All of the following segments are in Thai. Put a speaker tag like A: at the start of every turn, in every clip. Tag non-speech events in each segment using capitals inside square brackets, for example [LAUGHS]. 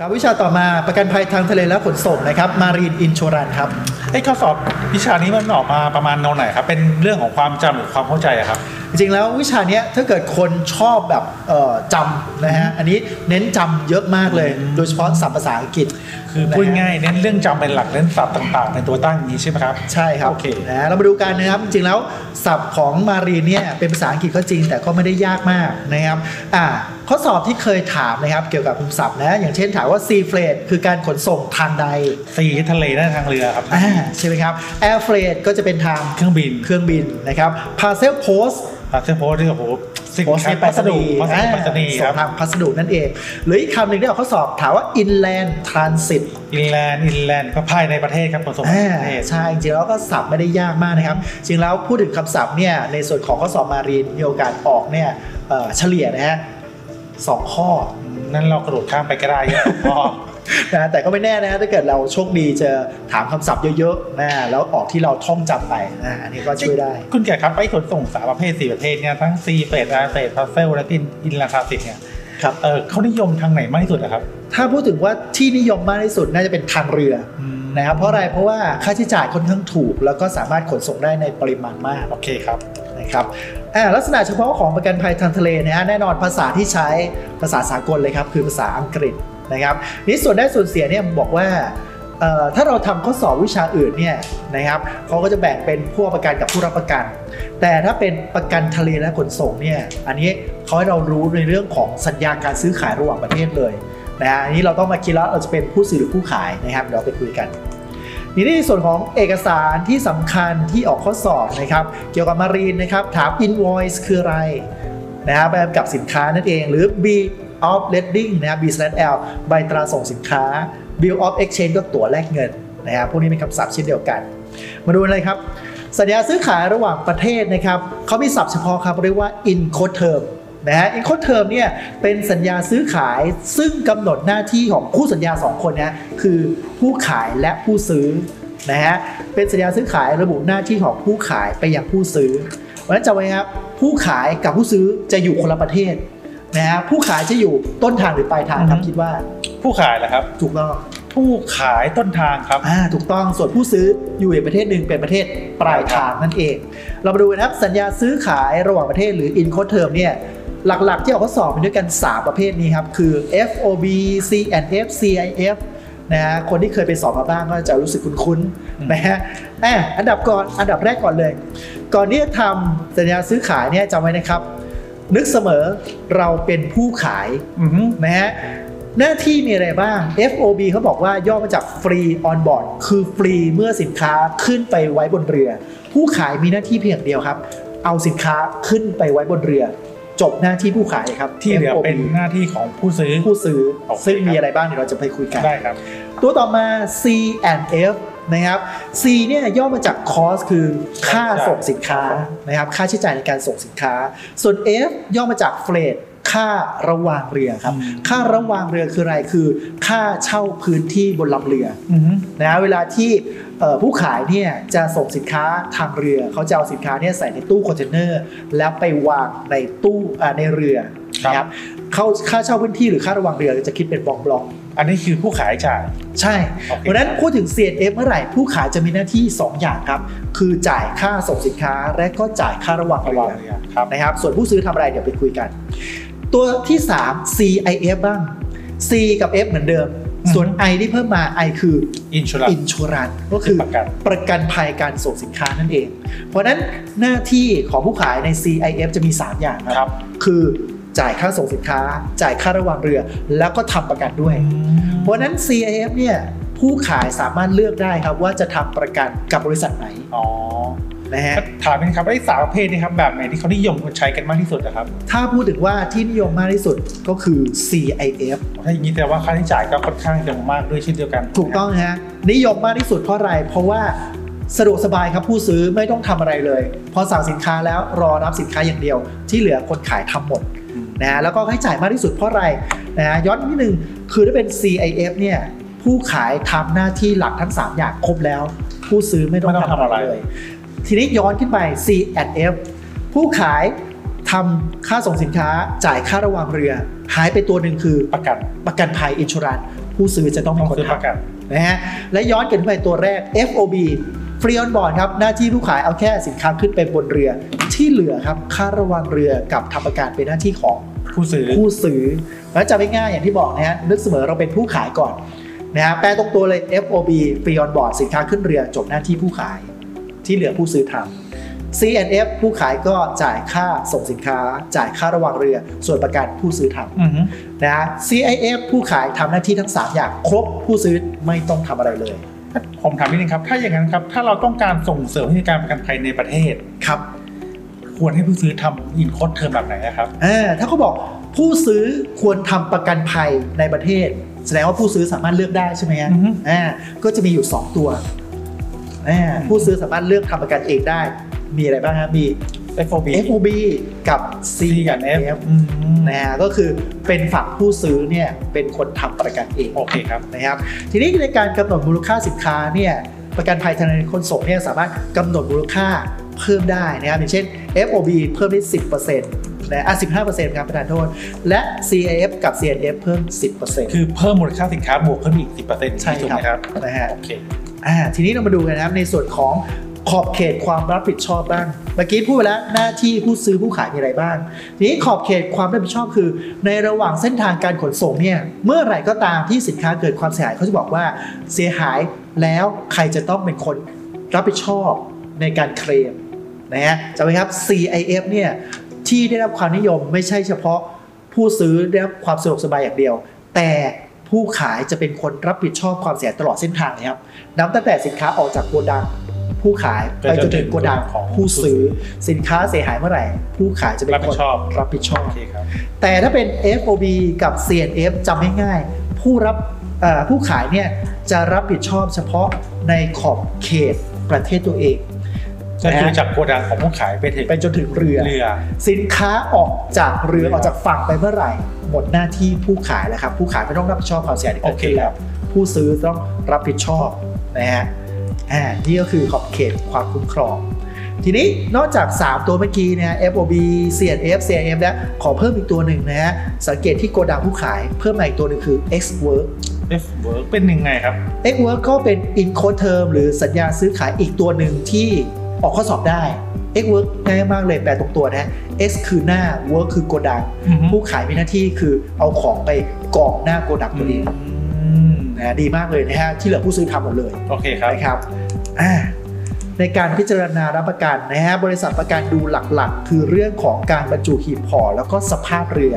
A: ครับวิชาต่อมาประกันภัยทางทะเลและขนส่งนะครับมารีนอินช r a ร c นครับ
B: ไอ้ข้อสอบวิชานี้มันออกมาประมาณแนวไหนครับ เป็นเรื่องของความจำหรือความเข้าใจอะครับ
A: จริงๆแล้ววิชาเนี้ยถ้าเกิดคนชอบแบบเอ่อจำนะฮะอันนี้เน้นจำเยอะมากเลย โดยเฉพาะศัพท์ภาษาอังกฤษ
B: คือ
A: นะฮะ
B: พูดง่ายๆเน้นเรื่องจำเป็นหลักเน้นศัพท์ต่างๆ ในตัวตั้งอย่างนี้ใช่ไหมครับ
A: ใช่ครับ
B: โอเค
A: นะฮะเรามาดูกันนะครับ จริงๆแล้วศัพท์ของมารีนเนี่ยเป็นภาษาอังกฤษก็จริง แต่ก็ไม่ได้ยากมากนะครับอ่าข้อสอบที่เคยถามนะครับเกี่ยวกับคำศัพท์นะอย่างเช่นถามว่า sea freight คือการขนส่งทางใด
B: ซีทะเลได้ทางเรือครับ
A: อ่าใช่ไหมครับ air freight ก็จะเป็นทาง
B: เครื่องบิน
A: เครื่องบินนะครับ parcel post
B: พาสเซอร์โพสที่โอ้โหสิน
A: โพสต์
B: ค้า
A: ใน
B: พั
A: พั
B: ส
A: ส
B: ดุ
A: ดุ
B: พัสดุพัสดุ
A: ส่
B: ครั
A: ง
B: บ
A: ทางพัสดุนั่นเอง หรืออีกคำหนึ่งที่ออกข้อสอบถามว่า inland transit
B: อินแลนด์อินแลนด์ก็ภายในประเทศครับขนส่งภายในประเทศ
A: ใช่จริงๆแล้วก็ศัพท์ไม่ได้ยากมากนะครับ จริงๆแล้วพูดถึงคำศัพท์เนี่ยในส่วนของข้อสอบมารีนมีโอกาสออกเนี่ยเอ่อเฉลี่ยนะฮะสองข้อ
B: นั่นเรากระโดดข้ามไปก็ได้ครับพ่อ
A: นะแต่ก็ไม่แน่นะถ้าเกิดเราโชคดีเจะถามคำศัพท์เยอะๆนะแล้วออกที่เราท่องจำไปนะอันนี้ก็ [LAUGHS] ช่วยได้
B: คุณแก่ครับไอ้ขนส่งสามประเภทสี่ประเภทเนี่ยทั้งซีเฟสอาเฟสพาเซลและอินอินลาคาสิกเนี่ย
A: ครับ
B: เออเขานิยมทางไหนมากที่สุดอะครับ
A: ถ้าพูดถึงว่าที่นิยมมากที่สุดน่าจะเป็นทางเรืออ
B: ม
A: นะครับเพราะอะไรเพราะว่าค่าใช้จ่ายค่อนข้างถูก แล้วก็สามารถขนส่งได้ในปริมาณมาก
B: โอเคครับ
A: นะครับอ่าลักษณะเฉพาะของประกันภัยทางทะเลนะฮะแน่นอนภาษาที่ใช้ภาษาสากลเลยครับ คือภาษาอังกฤษนะครับนี่ส่วนได้ส่วนเสียเนี่ยบอกว่าเอ่อถ้าเราทำข้อสอบวิชาอื่นเนี่ยนะครับเขาก็จะแบ่งเป็นผู้ประกันกับผู้รับประกัน แต่ถ้าเป็นประกันทะเลและขนส่งเนี่ยอันนี้เขาให้เรารู้ในเรื่องของสัญญาการซื้อขายระหว่างประเทศเลย นะฮะอันนี้เราต้องมาคิดแล้วเราจะเป็นผู้ซื้อหรือผู้ขายนะครับเดี๋ยวเราไปคุยกันนี่ในส่วนของเอกสารที่สำคัญที่ออกข้อสอบนะครับเกี่ยวกับมารีนนะครับถาม invoice คืออะไรนะครับใบกำกับสินค้านั่นเอง หรือ B of lading นะครับ B slash L ใบตราส่งสินค้า Bill of exchange ก็ตั๋วแลกเงินนะครับพวกนี้เป็นคำศัพท์เช่นเดียวกัน มาดูเลยครับ สัญญาซื้อขายระหว่างประเทศนะครับเขามีศัพท์เฉพาะครับเรียกว่า incoterm นะฮะ incoterm เนี่ยเป็นสัญญาซื้อขายซึ่งกำหนดหน้าที่ของคู่สัญญา 2 คนนะคือผู้ขายและผู้ซื้อนะฮะเป็นสัญญาซื้อขายระบุหน้าที่ของผู้ขายไปยังผู้ซื้อเพราะฉะนั้นจำไว้ครับผู้ขายกับผู้ซื้อจะอยู่คนละประเทศนะฮะผู้ขายจะอยู่ต้นทางหรือปลายทางครับ
B: อือฮึ
A: คิดว่า
B: ผู้ขายเหรอครับ
A: ถูกต้อง
B: ผู้ขายต้นทางครับ
A: อ่าถูกต้องส่วนผู้ซื้ออยู่อีกประเทศหนึ่งเป็นประเทศปลายทางนั่นเอง เรามาดูกันนะครับสัญญาซื้อขายระหว่างประเทศหรือ in c o t e r m เนี่ยหลักๆ ที่ออกข้อสอบมีด้วยกัน 3 ประเภทนี้ครับ คือ FOB CNF CIF นะฮะคนที่เคยไปสอบมาบ้างก็จะรู้สึกคุ้น
B: อืม
A: ๆนะฮะอ่ะอันดับก่อนอันดับแรกก่อนเลย ก่อนที่จะทำสัญญาซื้อขายเนี่ยจำไว้นะครับ นึกเสมอเราเป็นผู้ขาย
B: อือฮึ
A: นะฮะหน้าที่มีอะไรบ้าง FOB เขาบอกว่าย่อมาจาก Free on board คือฟรีเมื่อสินค้าขึ้นไปไว้บนเรือ ผู้ขายมีหน้าที่เพียงเดียวครับ เอาสินค้าขึ้นไปไว้บนเรือ จบหน้าที่ผู้ขายครับ
B: ที่เหลือ
A: FOB
B: เป็นหน้าที่ของผู้ซื้อ
A: ผู้ซื้อ
B: โอเค
A: ซึ่งมีอะไรบ้างเดี๋ยวเราจะไปคุยกัน
B: ได้ครับ
A: ตัวต่อมา C and F นะครับ C เนี่ยย่อมาจาก cost คือค่าส่งสินค้านะครับ ค่าใช้จ่ายในการส่งสินค้า ส่วน F ย่อมาจาก freight ค่าระหว่างเรือครับ
B: อืม
A: ค่าระหว่างเรือคืออะไร คือ ค่าเช่าพื้นที่บนลำเรือ
B: อือฮึ
A: นะเวลาที่เอ่อผู้ขายเนี่ยจะส่งสินค้าทางเรือ เขาจะเอาสินค้าเนี่ยใส่ในตู้คอนเทนเนอร์แล้วไปวางในตู้อ่าในเรือนะครับเข้าค่าเช่าพื้นที่หรือค่าระหว่างเรือจะคิดเป็นบล็อกบล็อก
B: อันนี้คือผู้ขายจ่าย
A: ใช่
B: โอเค
A: เพราะฉะนั้นพูดถึง CNF เมื่อไหร่ผู้ขายจะมีหน้าที่ 2 อย่างครับ คือจ่ายค่าส่งสินค้าและก็จ่ายค่าระหว่าง
B: ระ
A: เรื
B: หว่าง
A: อ
B: เรือครับ
A: นะครับ ส่วนผู้ซื้อทำอะไรเดี๋ยวไปคุยกัน ตัวที่ 3 CIF บ้าง C กับ F เหมือนเดิม
B: อืม
A: ส่วน I ที่เพิ่มมา I คือ
B: อินชูรัน
A: อินชูรันก็คือ
B: ประกัน
A: ประกันภัยการส่งสินค้านั่นเอง เพราะฉะนั้นหน้าที่ของผู้ขายใน CIF จะมี 3 อย่าง
B: ครับ
A: คือจ่ายค่าส่งสินค้า จ่ายค่าระหว่างเรือ แล้วก็ทำประกันด้วย เพราะฉะนั้น CIF เนี่ยผู้ขายสามารถเลือกได้ครับว่าจะทำประกันกับบริษัทไหน
B: อ๋อ
A: นะฮะ
B: ถามนะครับไอ้สามประเภทนี่ครับแบบไหนที่เขานิยมใช้กันมากที่สุดนะครับ
A: ถ้าพูดถึงว่าที่นิยมมากที่สุดก็คือ CIF
B: ถ้าอย่างนี้แต่ว่าค่าใช้จ่ายก็ค่อนข้างจะมากด้วยเช่นเดียวกัน
A: ถูกต้องฮะนิยมมากที่สุดเพราะอะไร เพราะว่าสะดวกสบายครับผู้ซื้อไม่ต้องทำอะไรเลย พอสั่งสินค้าแล้วรอรับสินค้าอย่างเดียว ที่เหลือคนขายทำหมด
B: อืม
A: นะฮะแล้วก็ค่าใช้จ่ายมากที่สุดเพราะอะไรนะฮะย้อนนิดนึงคือถ้าเป็น CIF เนี่ยผู้ขายทำหน้าที่หลักทั้ง 3 อย่างครบแล้ว ผู้ซื้อไม่ต้องทำอะไรเลย ทีนี้ย้อนขึ้นไป C F ผู้ขายทำค่าส่งสินค้าจ่ายค่าระหว่างเรือ หายไปตัวหนึ่งคือ
B: ประกัน
A: ประกันภัยอินชูรัน ผู้ซื้อจะต้อง
B: ต้
A: เป็
B: อน ง
A: คน
B: ซื้อประ
A: ทำ
B: กัน
A: นะฮะและย้อนกลับไปตัวแรก FOB Free on board ครับ หน้าที่ผู้ขายเอาแค่สินค้าขึ้นไปบนเรือ ที่เหลือครับค่าระวังเรือกับทำประกาศเป็นหน้าที่ของ
B: ผู้ซื้อ
A: ผู้ซื้อแล้วจำง่ายๆอย่างที่บอกนะฮะนึกเสมอเราเป็นผู้ขายก่อนนะฮะแปลตรงตัวเลย FOB Free on board สินค้าขึ้นเรือจบหน้าที่ผู้ขาย ที่เหลือผู้ซื้อทำ C&F ผู้ขายก็จ่ายค่าส่งสินค้า จ่ายค่าระวังเรือ ส่วนประกันผู้ซื้อทำ
B: อือฮึ
A: นะฮะ CIF ผู้ขายทำหน้าที่ทั้ง 3 อย่างครบผู้ซื้อไม่ต้องทำอะไรเลย
B: ผมถามนิดนึงครับ ถ้าอย่างนั้นครับ ถ้าเราต้องการส่งเสริมให้มีการประกันภัยในประเทศ
A: ครับ
B: ควรให้ผู้ซื้อทำอินโคดเทอมแบบไหนอะครับ
A: เออถ้าเขาบอกผู้ซื้อควรทำประกันภัยในประเทศ แสดงว่าผู้ซื้อสามารถเลือกได้ใช่ไหมฮะ
B: อือฮึ
A: อ่าก็จะมีอยู่ 2 ตัวอ่าผู้ซื้อสามารถเลือกทำประกันเองได้ มีอะไรบ้างครับมี
B: FOB
A: FOB กับ C
B: กั
A: กับ
B: บ F
A: F
B: อืม
A: นะฮะก็คือเป็นฝั่งผู้ซื้อเนี่ยเป็นคนทำประกันเอง
B: โอเคครับ
A: นะครับทีนี้ในการกำหนดมูลค่าสินค้าเนี่ยประกันภัยทางการขนส่งเนี่ยสามารถกำหนดมูลค่าเพิ่มได้นะครับอย่างเช่น FOB เพิ่มได้ 10%นะอ่ะ15%ครับประธานโทษ และ CIF กับ CNF เพิ่ม 10%
B: คือเพิ่มมูลค่าสินค้าบวกเพิ่มอีก 10%
A: ใช่
B: ถูก
A: ครั
B: ไห
A: บ
B: มครับ
A: นะฮะ
B: โอเค
A: อ่าทีนี้เรามาดูกันนะครับในส่วนของขอบเขตความรับผิดชอบบ้าง เมื่อกี้พูดไปแล้วหน้าที่ผู้ซื้อผู้ขายมีอะไรบ้าง ทีนี้ขอบเขตความรับผิดชอบคือ ในระหว่างเส้นทางการขนส่งเนี่ยเมื่อไหร่ก็ตามที่สินค้าเกิดความเสียหายเขาจะบอกว่าเสียหายแล้วใครจะต้องเป็นคนรับผิดชอบในการเคลมนะฮะจำไว้ครับ CIF เนี่ยที่ได้รับความนิยมไม่ใช่เฉพาะผู้ซื้อได้รับความสะดวกสบายอย่างเดียว แต่ผู้ขายจะเป็นคนรับผิดชอบความเสียหายตลอดเส้นทางนะครับนับตั้งแต่สินค้าออกจากโกดัง ผู้ขายไปจนถึงโกดังของผู้ซื้อ สินค้าเสียหายเมื่อไหร่ ผู้ขายจะเป็น
B: รับ
A: ค
B: ผิ
A: น
B: ดชอบ
A: รับผิดชอบ
B: โอเคครับ
A: แต่ถ้าเป็น FOB กับ CNF จำง่ายๆผู้รับเอ่อผู้ขายเนี่ยจะรับผิดชอบเฉพาะในขอบเขตประเทศตัวเอง
B: ก็คือ
A: นะ
B: จากโกดังของผู้ขายไปถึง
A: ไปจนถึงเรือ
B: เรือ
A: สินค้าออกจากเรือ
B: เรือ
A: ออกจากฝั่งไปเมื่อไหร่ หมดหน้าที่ผู้ขายแล้วครับ ผู้ขายไม่ต้องรับผิดชอบความเสียหายที่เกิดขึ้น
B: โอเคค
A: แล้ว
B: รับ
A: ผู้ซื้อต้องรับผิดชอบนะฮะอ่านี่ก็คือขอบเขตความคุ้มครอง ทีนี้นอกจาก 3 ตัวเมื่อกี้นะฮะ FOB CNF CIM แล้วขอเพิ่มอีกตัวหนึ่งนะฮะสังเกตที่โกดังผู้ขายเพิ่มมาอีกตัวหนึ่งคือ X Work
B: F work เป็นยังไงครับ
A: X Work ก็เป็น In Code Term หรือสัญญาซื้อขายอีกตัวหนึ่งที่ออกข้อสอบได้ X Work ง่ายมากเลยแปลตรงตัวนะฮะ X คือหน้า Work คือโกดัง
B: อือฮึ
A: ผู้ขายมีหน้าที่คือเอาของไปกองหน้าโกดักตัวเอง
B: อืม
A: นะฮะดีมากเลยนะฮะที่เหลือผู้ซื้อทำหมดเลย
B: โอเคครับ
A: นะครับอ่าในการพิจารณารับประกันนะฮะบริษัทประกันดูหลักๆ คือเรื่องของการบรรจุหีบห่อแล้วก็สภาพเรือ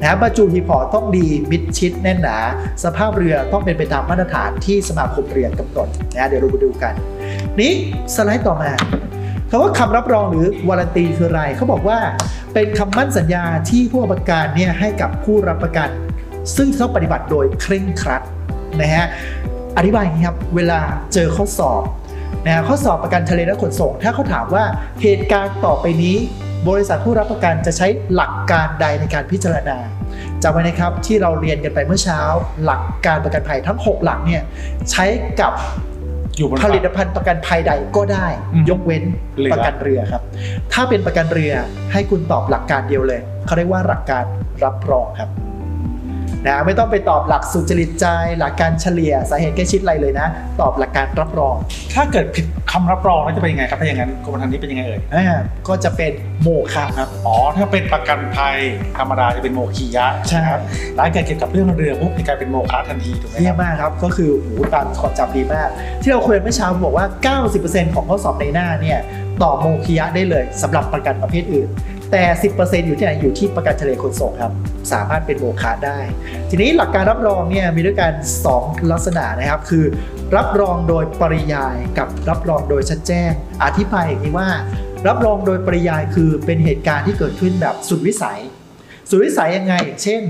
A: นะฮะบรรจุหีบห่อต้องดีมิดชิดแน่นหนา สภาพเรือต้องเป็นไปตามมาตรฐานที่สมาคมเรือกำหนดนะฮะเดี๋ยวเรามาดูกัน นี้สไลด์ต่อมาคำว่าคำรับรองหรือวารันตีคืออะไรเขาบอกว่าเป็นคำมั่นสัญญาที่ผู้ประกันเนี่ยให้กับผู้รับประกัน ซึ่งจะต้องปฏิบัติโดยเคร่งครัดนะฮะอธิบายอย่างนี้ครับเวลาเจอข้อสอบนะฮะข้อสอบประกันทะเลและขนส่ง ถ้าเขาถามว่าเหตุการณ์ต่อไปนี้ บริษัทผู้รับประกันจะใช้หลักการใดในการพิจารณาจำไว้นะครับที่เราเรียนกันไปเมื่อเช้า หลักการประกันภัยทั้งหกหลักเนี่ยใช้กับ
B: อยู่บน
A: ผ
B: ฝั่ง
A: ลิตภัณฑ์ประกันภัยใดก็ได้
B: อืม
A: ยกเว้น
B: เรือ
A: ประกันเรือครับ ถ้าเป็นประกันเรือให้คุณตอบหลักการเดียวเลย เขาเรียกว่าหลักการรับรองครับนะไม่ต้องไปตอบหลักสุจริตใจ หลักการเฉลี่ยสาเหตุใกล้ชิดอะไรเลยนะ ตอบหลักการรับรอง
B: ถ้าเกิดผิดคำรับรองแล้วจะเป็นยังไงครับถ้าอย่างนั้นกรมธรรม์นี้เป็นยังไงเอ่ย
A: อ่าก็จะเป็นโมฆะครับ
B: อ๋อถ้าเป็นประกันภัยธรรมดาจะเป็นโมคียะ
A: ใช่
B: ครับร้านเกิดเกี่ยวกับเรื่องเรือปุ๊บจะกลายเป็นโมคะทันทีถูกไหม
A: เยี่ย
B: ครั
A: ม
B: บ
A: มากครับ ก็คือโอ้โหูตามความจำดีมาก ที่เราคุยกันเมื่อเช้าผมบอกว่า 90%ของข้อสอบในหน้าเนี่ยตอบโมคิยะได้เลยสำหรับประกันประเภทอื่น แต่ 10%อยู่ที่ไหนอยู่ที่ประกันทะเลขนส่งครับ สามารถเป็นโมคะได้ ทีนี้หลักการรับรองเนี่ยมีด้วยกัน 2 ลักษณะนะครับ คือ รับรองโดยปริยายกับรับรองโดยชัดแจ้ง อธิบายอย่างนี้ว่า รับรองโดยปริยายคือเป็นเหตุการณ์ที่เกิดขึ้นแบบสุดวิสัย สุดวิสัยยังไง เช่น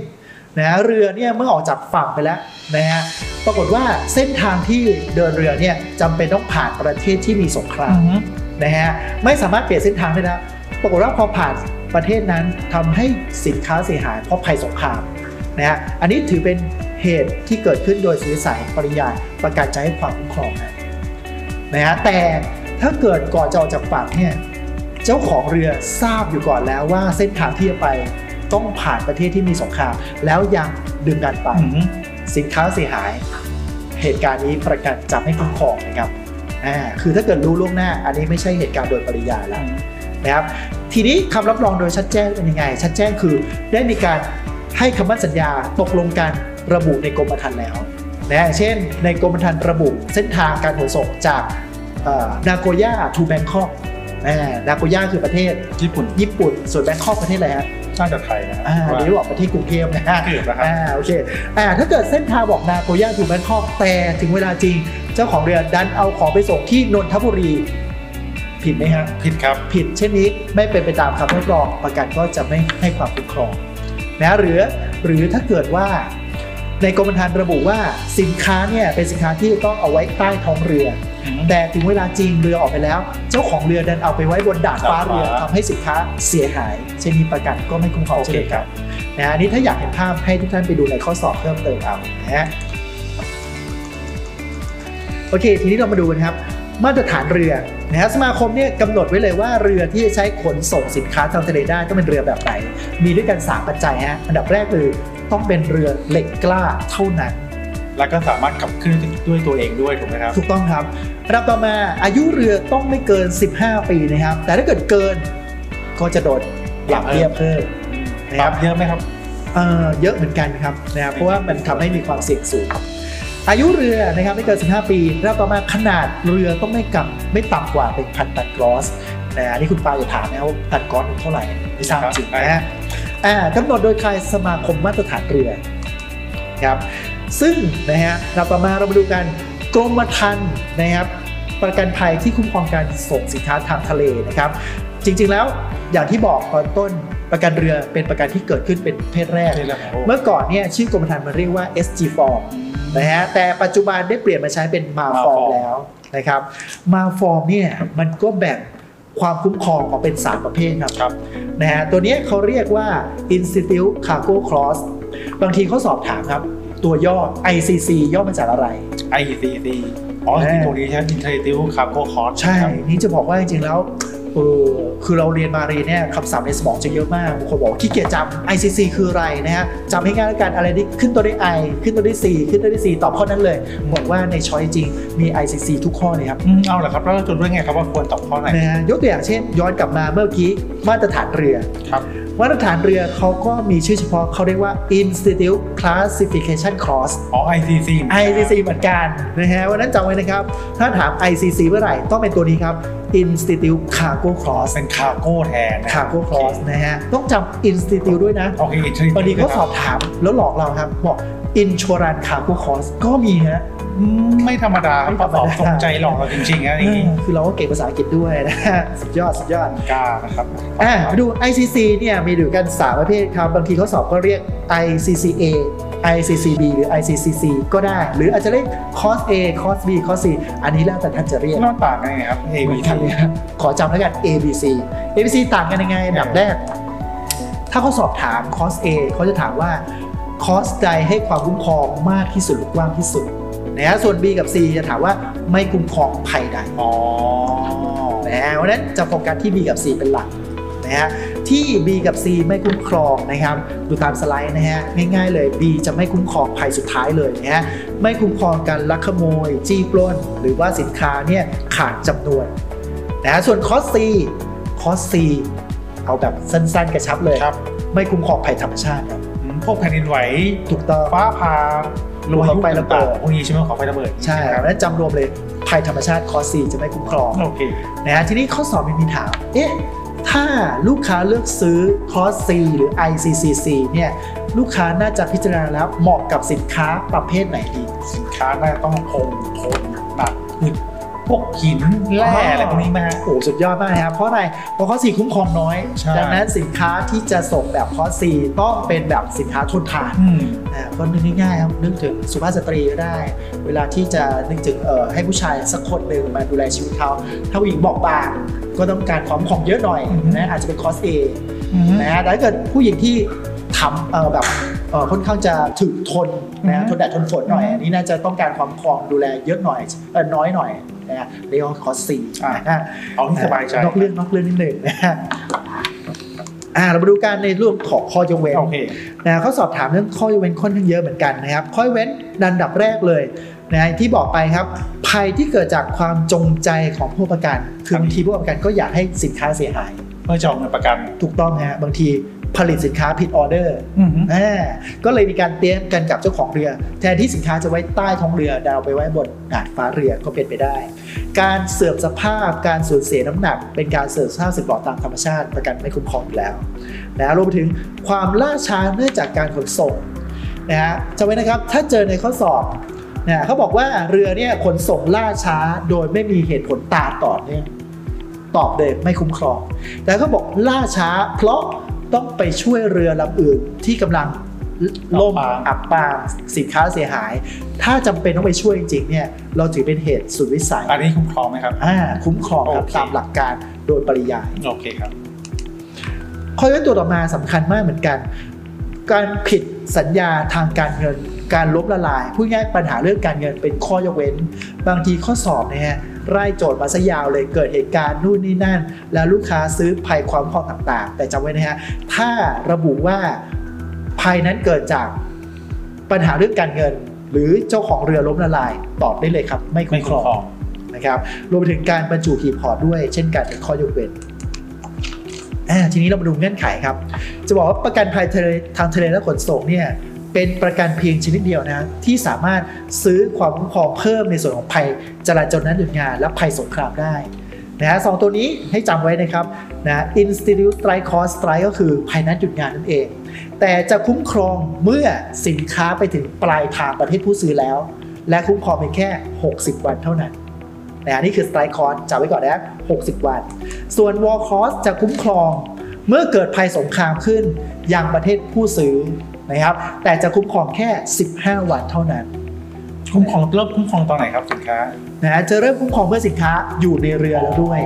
A: นะฮะเรือเนี่ยเมื่อออกจากฝั่งไปแล้วนะฮะปรากฏว่าเส้นทางที่เดินเรือเนี่ยจำเป็นต้องผ่านประเทศที่มีสงครา
B: อื
A: ม
B: อฮึ
A: นะฮะไม่สามารถเปลี่ยนเส้นทางได้แล้วปรากฏว่าพอผ่านประเทศนั้นทำให้สินค้าเสียหายเพราะภัยสงครามนะฮะอันนี้ถือเป็นเหตุที่เกิดขึ้นโดยสุริสัยปริยายประกาศใจให้ความคุ้มครองนะนะฮะแต่ถ้าเกิดก่อนจะออกจากฝั่งเนี่ยเจ้าของเรือทราบอยู่ก่อนแล้วว่าเส้นทางที่จะไปต้องผ่านประเทศที่มีสงครามแล้วยังดึงดันไป
B: อือฮึ
A: สินค้าเสียหาย เหตุการณ์นี้ประกันจะไม่คุ้มครองนะครับอ่าคือถ้าเกิดรู้ล่วงหน้า อันนี้ไม่ใช่เหตุการณ์โดยปริยายแล้ว นะครับทีนี้คำรับรองโดยชัดแจ้งเป็นยังไง ชัดแจ้งคือได้มีการให้คำมั่นสัญญาตกลงกันระบุในกรมธรรม์แล้วนะอย่างเช่น ในกรมธรรม์ระบุเส้นทางการขนส่งจากนาโกย่าทูแบงคอกนาโกย่าคือประเทศ
B: ญี่ปุ่น
A: ญี่ปุ่น ส่วนแบงคอกประเทศอะไรฮะ
B: น่าจะไทยนะ
A: อ่า
B: ว่า
A: เดี๋ยวบอกประเทศกรุงเทพนะฮะ
B: เกือบนะครั
A: อ่า
B: บ
A: โอเคอ่าถ้าเกิดเส้นทางบอกนาโกย่าถูกแบงคอกแต่ถึงเวลาจริง เจ้าของเรือดันเอาของไปส่งที่นนทบุรี ผิดไหมฮะ
B: ผิดครับ
A: ผิดเช่นนี้ไม่เป็นไปตามคำรับรองประกันก็จะไม่ให้ความคุ้มครองนะหรือหรือถ้าเกิดว่าในกรมธรรม์ระบุว่าสินค้าเนี่ยเป็นสินค้าที่ต้องเอาไว้ใต้ท้องเรือ แต่ถึงเวลาจริงเรือออกไปแล้ว เจ้าของเรือดันเอาไปไว้บนดาดฟ้า
B: ดาดฟ้า
A: เรือทำให้สินค้าเสียหาย เช่นนี้ประกันก็ไม่คุ้มครองเช่นเดียวกันนะอันนี้ถ้าอยากเห็นภาพให้ทุกท่านไปดูในข้อสอบเพิ่มเติมเอานะฮะโอเค ทีนี้เรามาดูกันครับ มาตรฐานเรือนะฮะสมาคมเนี่ยกำหนดไว้เลยว่าเรือที่จะใช้ขนส่งสินค้าทางทะเลได้ต้องเป็นเรือแบบไหน มีด้วยกันสามปัจจัยฮะอันดับแรกคือต้องเป็นเรือเหล็กกล้าเท่านั้น
B: แล้วก็สามารถขับเคลื่อนด้วยตัวเองด้วยถูกไหมครับ
A: ถูกต้องครับอันดับต่อมาอายุเรือต้องไม่เกิน 15 ปีนะครับ แต่ถ้าเกิดเกินก็จะโดนปรับเบี้ยเพิ่ม
B: ปรับเยอะไหมครับ
A: เอ่อเยอะเหมือนกันครับนะครับเพราะว่ามันทำให้มีความเสี่ยงสูง อายุเรือนะครับไม่เกิน 15 ปีแล้วต่อมาขนาดเรือต้องไม่กลับไม่ต่ำกว่าเป็นพันตันกรอสนะอันนี้คุณปาอย่าถามนะครับว่าตันกรอสมันเท่าไหร่ไม่ทราบจริงนะฮะอ่ากำหนดโดยใครสมาคมมาตรฐานเรือครับซึ่งนะฮะเราต่อมาเรามาดูกันกรมธรรม์นะครับประกันภัยที่คุ้มครองการส่งสินค้าทางทะเลนะครับ จริงๆแล้วอย่างที่บอกตอนต้นประกันเรือเป็นประกันที่เกิดขึ้นเป็นประเพศแรก
B: ในเรื่องของโลก
A: เมื่อก่อนเนี่ยชื่อกรมธรรม์มันเรียกว่า SG Form นะฮะแต่ปัจจุบันได้เปลี่ยนมาใช้เป็นมาฟอร์มแล้วนะครับมาฟอร์มเนี่ยมันก็แบ่งความคุ้มครองออกเป็น 3 ประเภทครับ
B: ครับ
A: นะฮะตัวเนี้ยเขาเรียกว่า Institute Cargo Cross บางทีเขาสอบถามครับ ตัวย่อ ICC ย่อมาจากอะไร
B: ไอซีซีอ๋อ
A: แน่
B: ที่ตรงนี้ใช่ไหมอินเทอร์เนติวคาร์โกคอร์ส
A: ใช่ นี่จะบอกว่าจริงๆแล้วเออคือเราเรียนมาเรียนเนี่ยคำศัพท์ในสมองจะเยอะมากบางคนบอกว่าขี้เกียจจำ ICC คืออะไรนะฮะจำให้ง่ายแล้วกันอะไรที่ขึ้นตัวด้วย I ขึ้นตัวด้วย C ขึ้นตัวด้วย C ตอบข้อนั้นเลยบอกว่าในช้อยจริงมี ICC ทุกข้อเลยครับ
B: อืมเอาเหรอครับ แล้วเราจะรู้ได้ไงครับว่าควรตอบข้อไหน
A: นะฮะยกตัวอย่างเช่น ย้อนกลับมาเมื่อกี้มาตรฐานเรือ
B: ครับ
A: มาตรฐานเรือเขาก็มีชื่อเฉพาะเขาเรียกว่า Institute Classification Cross
B: อ๋อไอซีซี
A: ICC เหมือนกันนะฮะวันนั้นจำไว้นะครับ ถ้าถาม ICC เมื่อไหร่ต้องเป็นตัวนี้ครับ Institute Cargo Cross
B: เป็นคาร์โกแทนนะ
A: คาร์โก้คลอสนะฮะ ต้องจำอินสติทิวด้วยนะ
B: โอเคอินเทอร์เนติว
A: บางทีก็สอบถามแล้วหลอกเราครับ บอกอินชัวรันคาร์โก้คลอสก็มีฮะ
B: ไม่ธรรมดา
A: ไม่
B: ป
A: ธร
B: ระ
A: รม
B: ก
A: ดา
B: อบสนใจหลอกเราจริงๆนะ
A: เอ
B: นี่
A: อคือเราก็เก่งภาษาอังกฤษด้วยนะฮะ [LAUGHS] สุดยอด สุดยอด
B: กล้านะครับ
A: อ่าไปดู ICC เนี่ยมีอยู่กัน 3 ประเภทครับ บางทีเขาสอบก็เรียก ICCA ICCB หรือ ICCC ก็ได้ หรืออาจจะเรียก Cos A Cos B Cos C อันนี้แล้วแต่ท่านจะเรียก
B: นอกต่างกันยังไงครับ A B
A: ทำเนี่ยขอจำแล้วกัน A B C A B C ต่างกันยังไงอันดับแรก ถ้าเขาสอบถาม cos A เขาจะถามว่า cos ใดให้ความคุ้มครองมากที่สุดหรือกว้างที่สุดนะฮะส่วน B กับ C จะถามว่าไม่คุ้มครองภัยใด
B: อ๋อ
A: นะฮะเพราะฉะนั้นจะโฟกัสที่ B กับ C เป็นหลักนะฮะที่ B กับ C ไม่คุ้มครองนะครับดูตามสไลด์นะฮะง่ายๆเลย B จะไม่คุ้มครองภัยสุดท้ายเลยนะฮะไม่คุ้มครองการลักขโมย จี้ปล้น หรือว่าสินค้าเนี่ยขาดจำนวน นะฮะส่วนคอสซีคอสซีเอาแบบสั้นๆ กระชับเลย
B: ครับ
A: ไม่คุ้มครองภัยธรรมชาติครับ
B: อืมพวกแผ่นดินไหว
A: ถูกต้อง
B: ฟ้าผ่าลมพายุ
A: ไฟระเบิ
B: ต่า
A: ด
B: งๆพวกนี้ใช่ไหมของไฟระเบิด
A: ใช่
B: ครับ
A: และจำรวมเลยภัยธรรมชาติคอสซีจะไม่คุ้มครอง
B: โอเค
A: นะฮะทีนี้ข้อสอบมันมีถาม เอ๊ะ ถ้าลูกค้าเลือกซื้อคอสซีหรือ ICCC เนี่ยลูกค้าน่าจะพิจารณาแล้วเหมาะกับสินค้าประเภทไหนดี
B: สินค้าน่าจะต้องคงทนหนักอึดพวกหินแร่อะไรพวกนี้ไหมฮะ
A: โอ้โหสุดยอดมากนะครับเพราะอะไรเพราะข้อสี่คุ้มครองน้อย
B: ใช่
A: ดังนั้นสินค้าที่จะส่งแบบข้อสี่ต้องเป็นแบบสินค้าทนทาน
B: อืม
A: อ่าก็นึกง่ายๆครับนึกถึงสุภาพสตรีก็ได้ เวลาที่จะนึกถึงเอ่อให้ผู้ชายสักคนหนึ่งมาดูแลชีวิตเขาถ้าผู้หญิงบอบบางก็ต้องการความของเยอะหน่อย
B: อือฮึ
A: นะอาจจะเป็นคอสเอ
B: อืม
A: นะฮะแต่ถ้าเกิดผู้หญิงที่ทำเอ่อแบบเอ่อค่อนข้างจะถึกทน
B: อือฮึ
A: นะทนแดดทนฝนหน่อยอันนี้น่าจะต้องการความคลองดูแลเยอะหน่อยเอ่อน้อยหน่อยนะฮะเรียกว่าคอสซีนะฮะ
B: เอาที่สบายใจ
A: นอกเรื่องนอกเรื่องนิดหนึ่งนะฮะ อ่าเรามาดูการในเรื่องของข้อยกเว้น
B: โอเค
A: นะเขาสอบถามเรื่องข้อยกเว้นค่อนข้างเยอะเหมือนกันนะครับ ข้อยกเว้นดันดับแรกเลยนะที่บอกไปครับ ภัยที่เกิดจากความจงใจของผู้ประกัน คือ
B: ครับ
A: บางทีผู้ประกันก็อยากให้สินค้าเสียหาย
B: เพื่อจะเอาเงินประกัน
A: ถูกต้องนะฮะบางทีผลิตสินค้าผิดออเดอร์อ่าก็เลยมีการเตรียมกันกับเจ้าของเรือ แทนที่สินค้าจะไว้ใต้ท้องเรือดาวไปไว้บนดาดฟ้าเรือก็เป็นไปได้ การเสื่อมสภาพการสูญเสียน้ำหนัก เป็นการเสื่อมสภาพสิ่งของตามธรรมชาติประกันไม่คุ้มครองอยู่แล้วนะรวมไปถึงความล่าช้าเนื่องจากการขนส่งนะฮะจำไว้นะครับถ้าเจอในข้อสอบนะเขาบอกว่าเรือเนี่ยขนส่งล่าช้าโดยไม่มีเหตุผลตามต่อเนื่องตอบเลยไม่คุ้มครอง แต่เขาบอกล่าช้าเพราะต้องไปช่วยเรือลำอื่นที่กำลังล่มอับปางสินค้าเสียหาย ถ้าจำเป็นต้องไปช่วยจริงๆเนี่ยเราถือเป็นเหตุสุดวิสัย
B: อันนี้คุ้มครองไหมครับ
A: อ่าคุ้มครองครับ
B: โอเค
A: ตามหลักการโดยปริยาย
B: โอเคครับ
A: ข้อยกเว้นตัวต่อมาสำคัญมากเหมือนกัน การผิดสัญญาทางการเงิน การล้มละลาย พูดง่ายปัญหาเรื่องการเงินเป็นข้อยกเว้น บางทีข้อสอบเนี่ยฮะไล่โจทย์มาซะยาวเลยเกิดเหตุการณ์นู่นนี่นั่น แล้วลูกค้าซื้อภัยความคล่องต่างๆ แต่จำไว้นะฮะถ้าระบุว่าภัยนั้นเกิดจากปัญหาเรื่องการเงิน หรือเจ้าของเรือล้มละลาย ตอบได้เลยครับ ไม่คุ้
B: ไม่
A: มค
B: คุ้
A: รอ
B: ม
A: ง
B: ครอง
A: นะครับรวมไปถึงการบรรจุหีบห่อด้วย เช่นการเป็นข้อยกเว้นอ่าทีนี้เรามาดูเงื่อนไขครับ จะบอกว่าประกันภัยทะเลทางทะเลและขนส่งเนี่ยเป็นประกันเพียงชนิดเดียวนะที่สามารถซื้อความคุ้มครองเพิ่มในส่วนของภัยจราจรนั้นหยุดงาน และภัยสงครามได้นะฮะสองตัวนี้ให้จำไว้นะครับนะ Institute Strike Cost Strike ก็คือภัยนั้นหยุดงานนั่นเอง แต่จะคุ้มครองเมื่อสินค้าไปถึงปลายทางประเทศผู้ซื้อแล้ว และคุ้มครองเพียงแค่ 60 วันเท่านั้น นะฮะนี่คือสไตรคอร์สจำไว้ก่อนนะ60 วัน ส่วนวอลคอสจะคุ้มครอง เมื่อเกิดภัยสงครามขึ้นยังประเทศผู้ซื้อนะครับ แต่จะคุ้มครองแค่ 15 วันเท่านั้น
B: คุ้มครองเริ่มคุ้มครองตอนไหนครับสินค้า
A: นะฮะจะเริ่มคุ้มครองเมื่อสินค้าอยู่ในเรือแล้วด้วย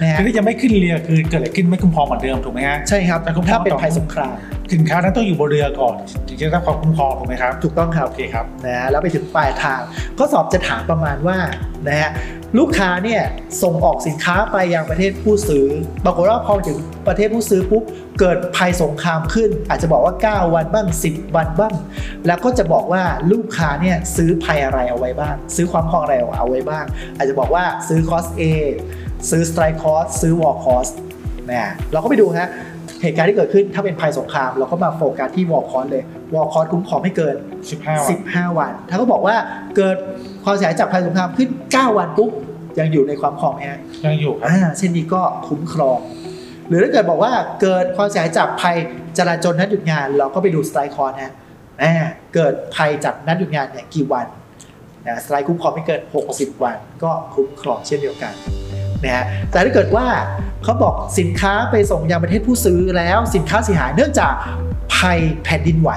A: นะฮะ
B: คือที่จะไม่ขึ้นเรือคือเกิดอะไรขึ้นไม่คุ้มครองเหมือนเดิมถูกไหมฮะ
A: ใช่ครับ
B: แต่คุ้มครอง
A: ถ้าเป็นภัยสงคราม
B: สินค้านั้นต้องอยู่บนเรือก่อนถึงจะได้รับความคุ้มครองถูกไหมครับ
A: ถูกต้องครับ
B: โอเคครับ
A: นะฮะแล้วไปถึงปลายทางข้อสอบจะถามประมาณว่านะฮะลูกค้าเนี่ยส่งออกสินค้าไปยังประเทศผู้ซื้อปรากฏว่าพอถึงประเทศผู้ซื้อปุ๊บเกิดภัยสงครามขึ้น อาจจะบอกว่า 9 วันบ้าง 10 วันบ้าง แล้วก็จะบอกว่าลูกค้าเนี่ยซื้อภัยอะไรเอาไว้บ้าง ซื้อความคล่องอะไรเอาไว้บ้าง อาจจะบอกว่าซื้อคอส A ซื้อสไตรคอสซื้อวอลคอสนะเราก็ไปดูฮะเหตุการณ์ที่เกิดขึ้นถ้าเป็นภัยสงคราม เราก็มาโฟกัสที่วอลคอสเลยวอลคอสคุ้มครองไม่เกิน
B: 15 วัน
A: 15 วัน ถ้าเขาบอกว่าเกิดความเสียหายจากภัยสงครามขึ้น 9 วันปุ๊บยังอยู่ในความครองแอร์
B: ยังอยู่ครับ
A: อ่าเช่นนี้ก็คุ้มครอง หรือถ้าเกิดบอกว่าเกิดความเสียหายจากภัยจราจรนัดหยุดงาน เราก็ไปดูสไตล์คอนนะอ่าเกิดภัยจากนัดหยุดงานเนี่ยกี่วันนะสไตล์คุ้มครองไม่เกิน 60 วัน ก็คุ้มครองเช่นเดียวกันนะฮะแต่ถ้าเกิดว่าเขาบอกสินค้าไปส่งยังประเทศผู้ซื้อแล้วสินค้าเสียหายเนื่องจากภัยแผ่นดินไหว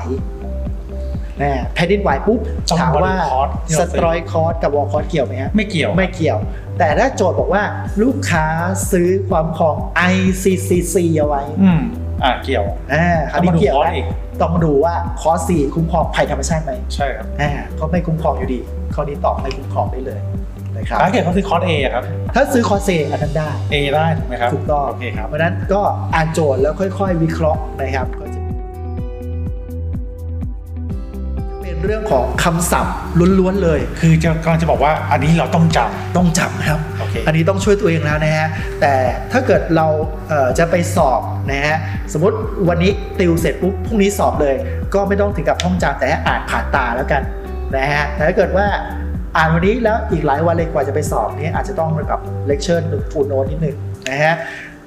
A: นะแผ่นดินไหวปุ๊บ
B: ต้อง
A: ถามว่า
B: บริคอร์สที่
A: ส
B: เราซื้อ
A: ไตรคอร์สกับวอลคอร์สเกี่ยวไหมฮะ
B: ไม่เกี่ยว
A: ไม่เกี่ยว แต่ถ้าโจทย์บอกว่าลูกค้าซื้อความของ ICCC เอาไว้
B: อืมอ่าเกี่ยว
A: อ่าค
B: ต้
A: ราว
B: อง
A: นี้
B: มาดู
A: เกี่ยว
B: คอร์ส
A: แล้ว
B: อีก
A: ต้องดูว่าคอร์สสี่คุ้มครองภัยธรรมชาติไหม
B: ใช่ครับ
A: อ่าก็ไม่คุ้มครองอยู่ดีข้อนี้ตอบไม่คุ้มครองได้เลยนะครับ
B: ถ้าเกิดเขาซื้อคอร์สเอะครับ
A: ถ้าซื้อคอร์สเซอันนั้นได้
B: เอได้ถูกไหมครับ
A: ถูกต้อง
B: โอเคครับ
A: เพราะฉะนั้นก็อ่านโจทย์แล้วค่อยๆ วิเคราะห์นะครับก็จะเป็นเรื่องของคำศัพท์ล้วนๆเลย
B: คือจะกำลังจะบอกว่าอันนี้เราต้องจ
A: ต้องจำครับ
B: ำโอเค
A: อันนี้ต้องช่วยตัวเองแล้วนะฮะ แต่ถ้าเกิดเราเอ่อจะไปสอบนะฮะ สมมติวันนี้ติวเสร็จปุ๊บพรุ่งนี้สอบเลย ก็ไม่ต้องถึงกับท่องจำแต่ให้อ่านผ่านตาแล้วกันนะฮะ แต่ถ้าเกิดว่าอ่านวันนี้แล้วอีกหลายวันเลยกว่าจะไปสอบเนี่ยอาจจะต้องแบบเลคเชอร์หนึ่งฟูโนนิดหนึ่งนะฮะ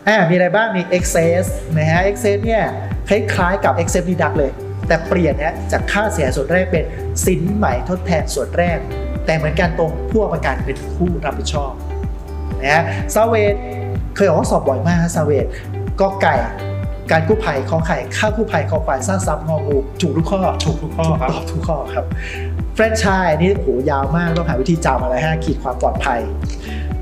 A: อ่ามีอะไรบ้างมี excess นะฮะ excess เนี่ยคล้ายๆกับ excess deduct เลย แต่เปลี่ยนนะจากค่าเสียหายส่วนแรกเป็นสินใหม่ทดแทนส่วนแรก แต่เหมือนกันตรงผู้ประกันเป็นผู้รับผิดชอบ นะฮะซาเวดเคยออกข้อสอบบ่อยมากซาเวดก็ไก่การกู้ภัยขอไข่ค่ากู้ภัยขอควายสร้างทรัพย์งองูถูกทุกข้อ
B: ถูกทุกข้อครับ
A: ตอบทุกข้อครับแฟรนไชส์นี่โหยาวมากต้องหาวิธีจำอะไรฮะขีดความปลอดภัย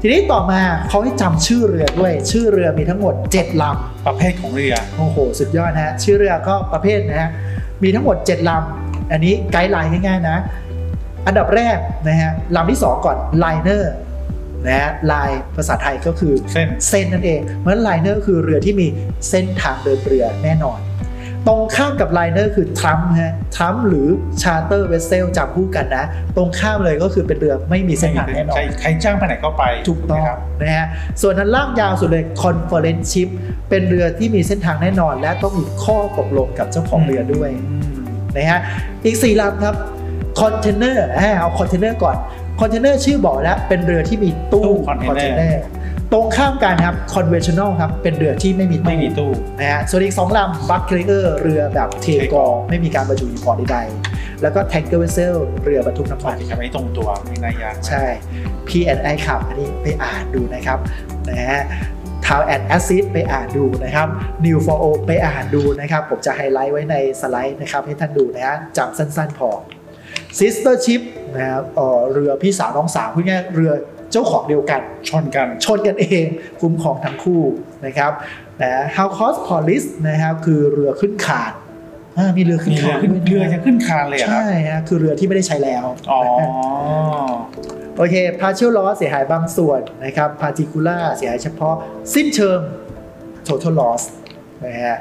A: ทีนี้ต่อมาเขาให้จำชื่อเรือด้วย ชื่อเรือมีทั้งหมด 7 ล
B: ประเภทของเรือ
A: ำโอ้โห สุดยอดนะฮะชื่อเรือก็ประเภทนะฮะมีทั้งหมด 7 ลำ อันนี้ไกด์ไลน์ง่ายๆนะ อันดับแรกนะฮะลำที่ 2 ก่อนไลเนอร์ นะฮะลายภาษาไทยก็คือ
B: เส้น
A: เส้นนั่นเอง เพราะฉะนั้นไลเนอร์คือเรือที่มีเส้นทางเดินเรือแน่นอน ตรงข้ามกับไลเนอร์คือทรัมป์ฮะทรัมป์หรือชาร์เตอร์เวสเซลจำคู่กันนะ ตรงข้ามเลยก็คือเป็นเรือไม่มีเส้นทางแน่นอน
B: ใครใครจ้างไปไหนก็ไป
A: ถูกต้อง
B: นะครับ
A: นะฮะ ส่วนนั้นล่างยาวสุดเลย Conference Ship เป็นเรือที่มีเส้นทางแน่นอน และต้องมีข้อตกลงกับเจ้าของเรือด้วยนะฮะ อีก 4ลำครับ Container อ่าเอา Container ก่อน Container ชื่อบอกแล้วเป็นเรือที่มีตู้
B: ตู้ container
A: container ตรงข้ามกันครับ Conventional ครับ เป็นเรือที่ไม่มี
B: ไม่
A: ตู้
B: มีตู้
A: นะฮะ ส่วนอีก 2ลำ b u c k l e r เรือแบบเทกอ ไม่มีการบรรจุอยู่พอร์ตใดๆแล้วก็ Tanker Vessel เรือบรรทุกน้ำ
B: ป
A: มัน
B: ฏิกับไอ้ตรงตัวมีนายยาง
A: ใช่ P&I ขับอันนี้ไปอ่านดูนะครับนะฮะ Town and Acid ไปอ่านดูนะครับ New for O ไปอ่านดูนะครับ ผมจะไฮไลท์ไว้ในสไลด์นะครับ ให้ท่านดูนะฮะจำสั้นๆพอ Sister Ship นะครับเอ่อเรือพี่สาวน้องสาวพูดง่ายๆเรือเจ้าของเดียวกัน
B: ชนกัน
A: ชนกันเองคุ้มของทั้งคู่นะครับนะ How Cost Police นะครับคือเรือขึ้นขาดอ่ามีเรือขึ้น
B: มี
A: ขา
B: เรือ
A: ด
B: ขึ้น
A: ด้วย
B: เรือจะขึ้นคานเลยเหรอครับ
A: ใช่ฮะคือเรือที่ไม่ได้ใช้แล้ว
B: อ๋อ
A: โอเค พาเช l ยลล้อเสียหายบางส่วนนะครับ พาติคูล่าเสียหายเฉพาะสิ้นเชิง total loss นะฮะ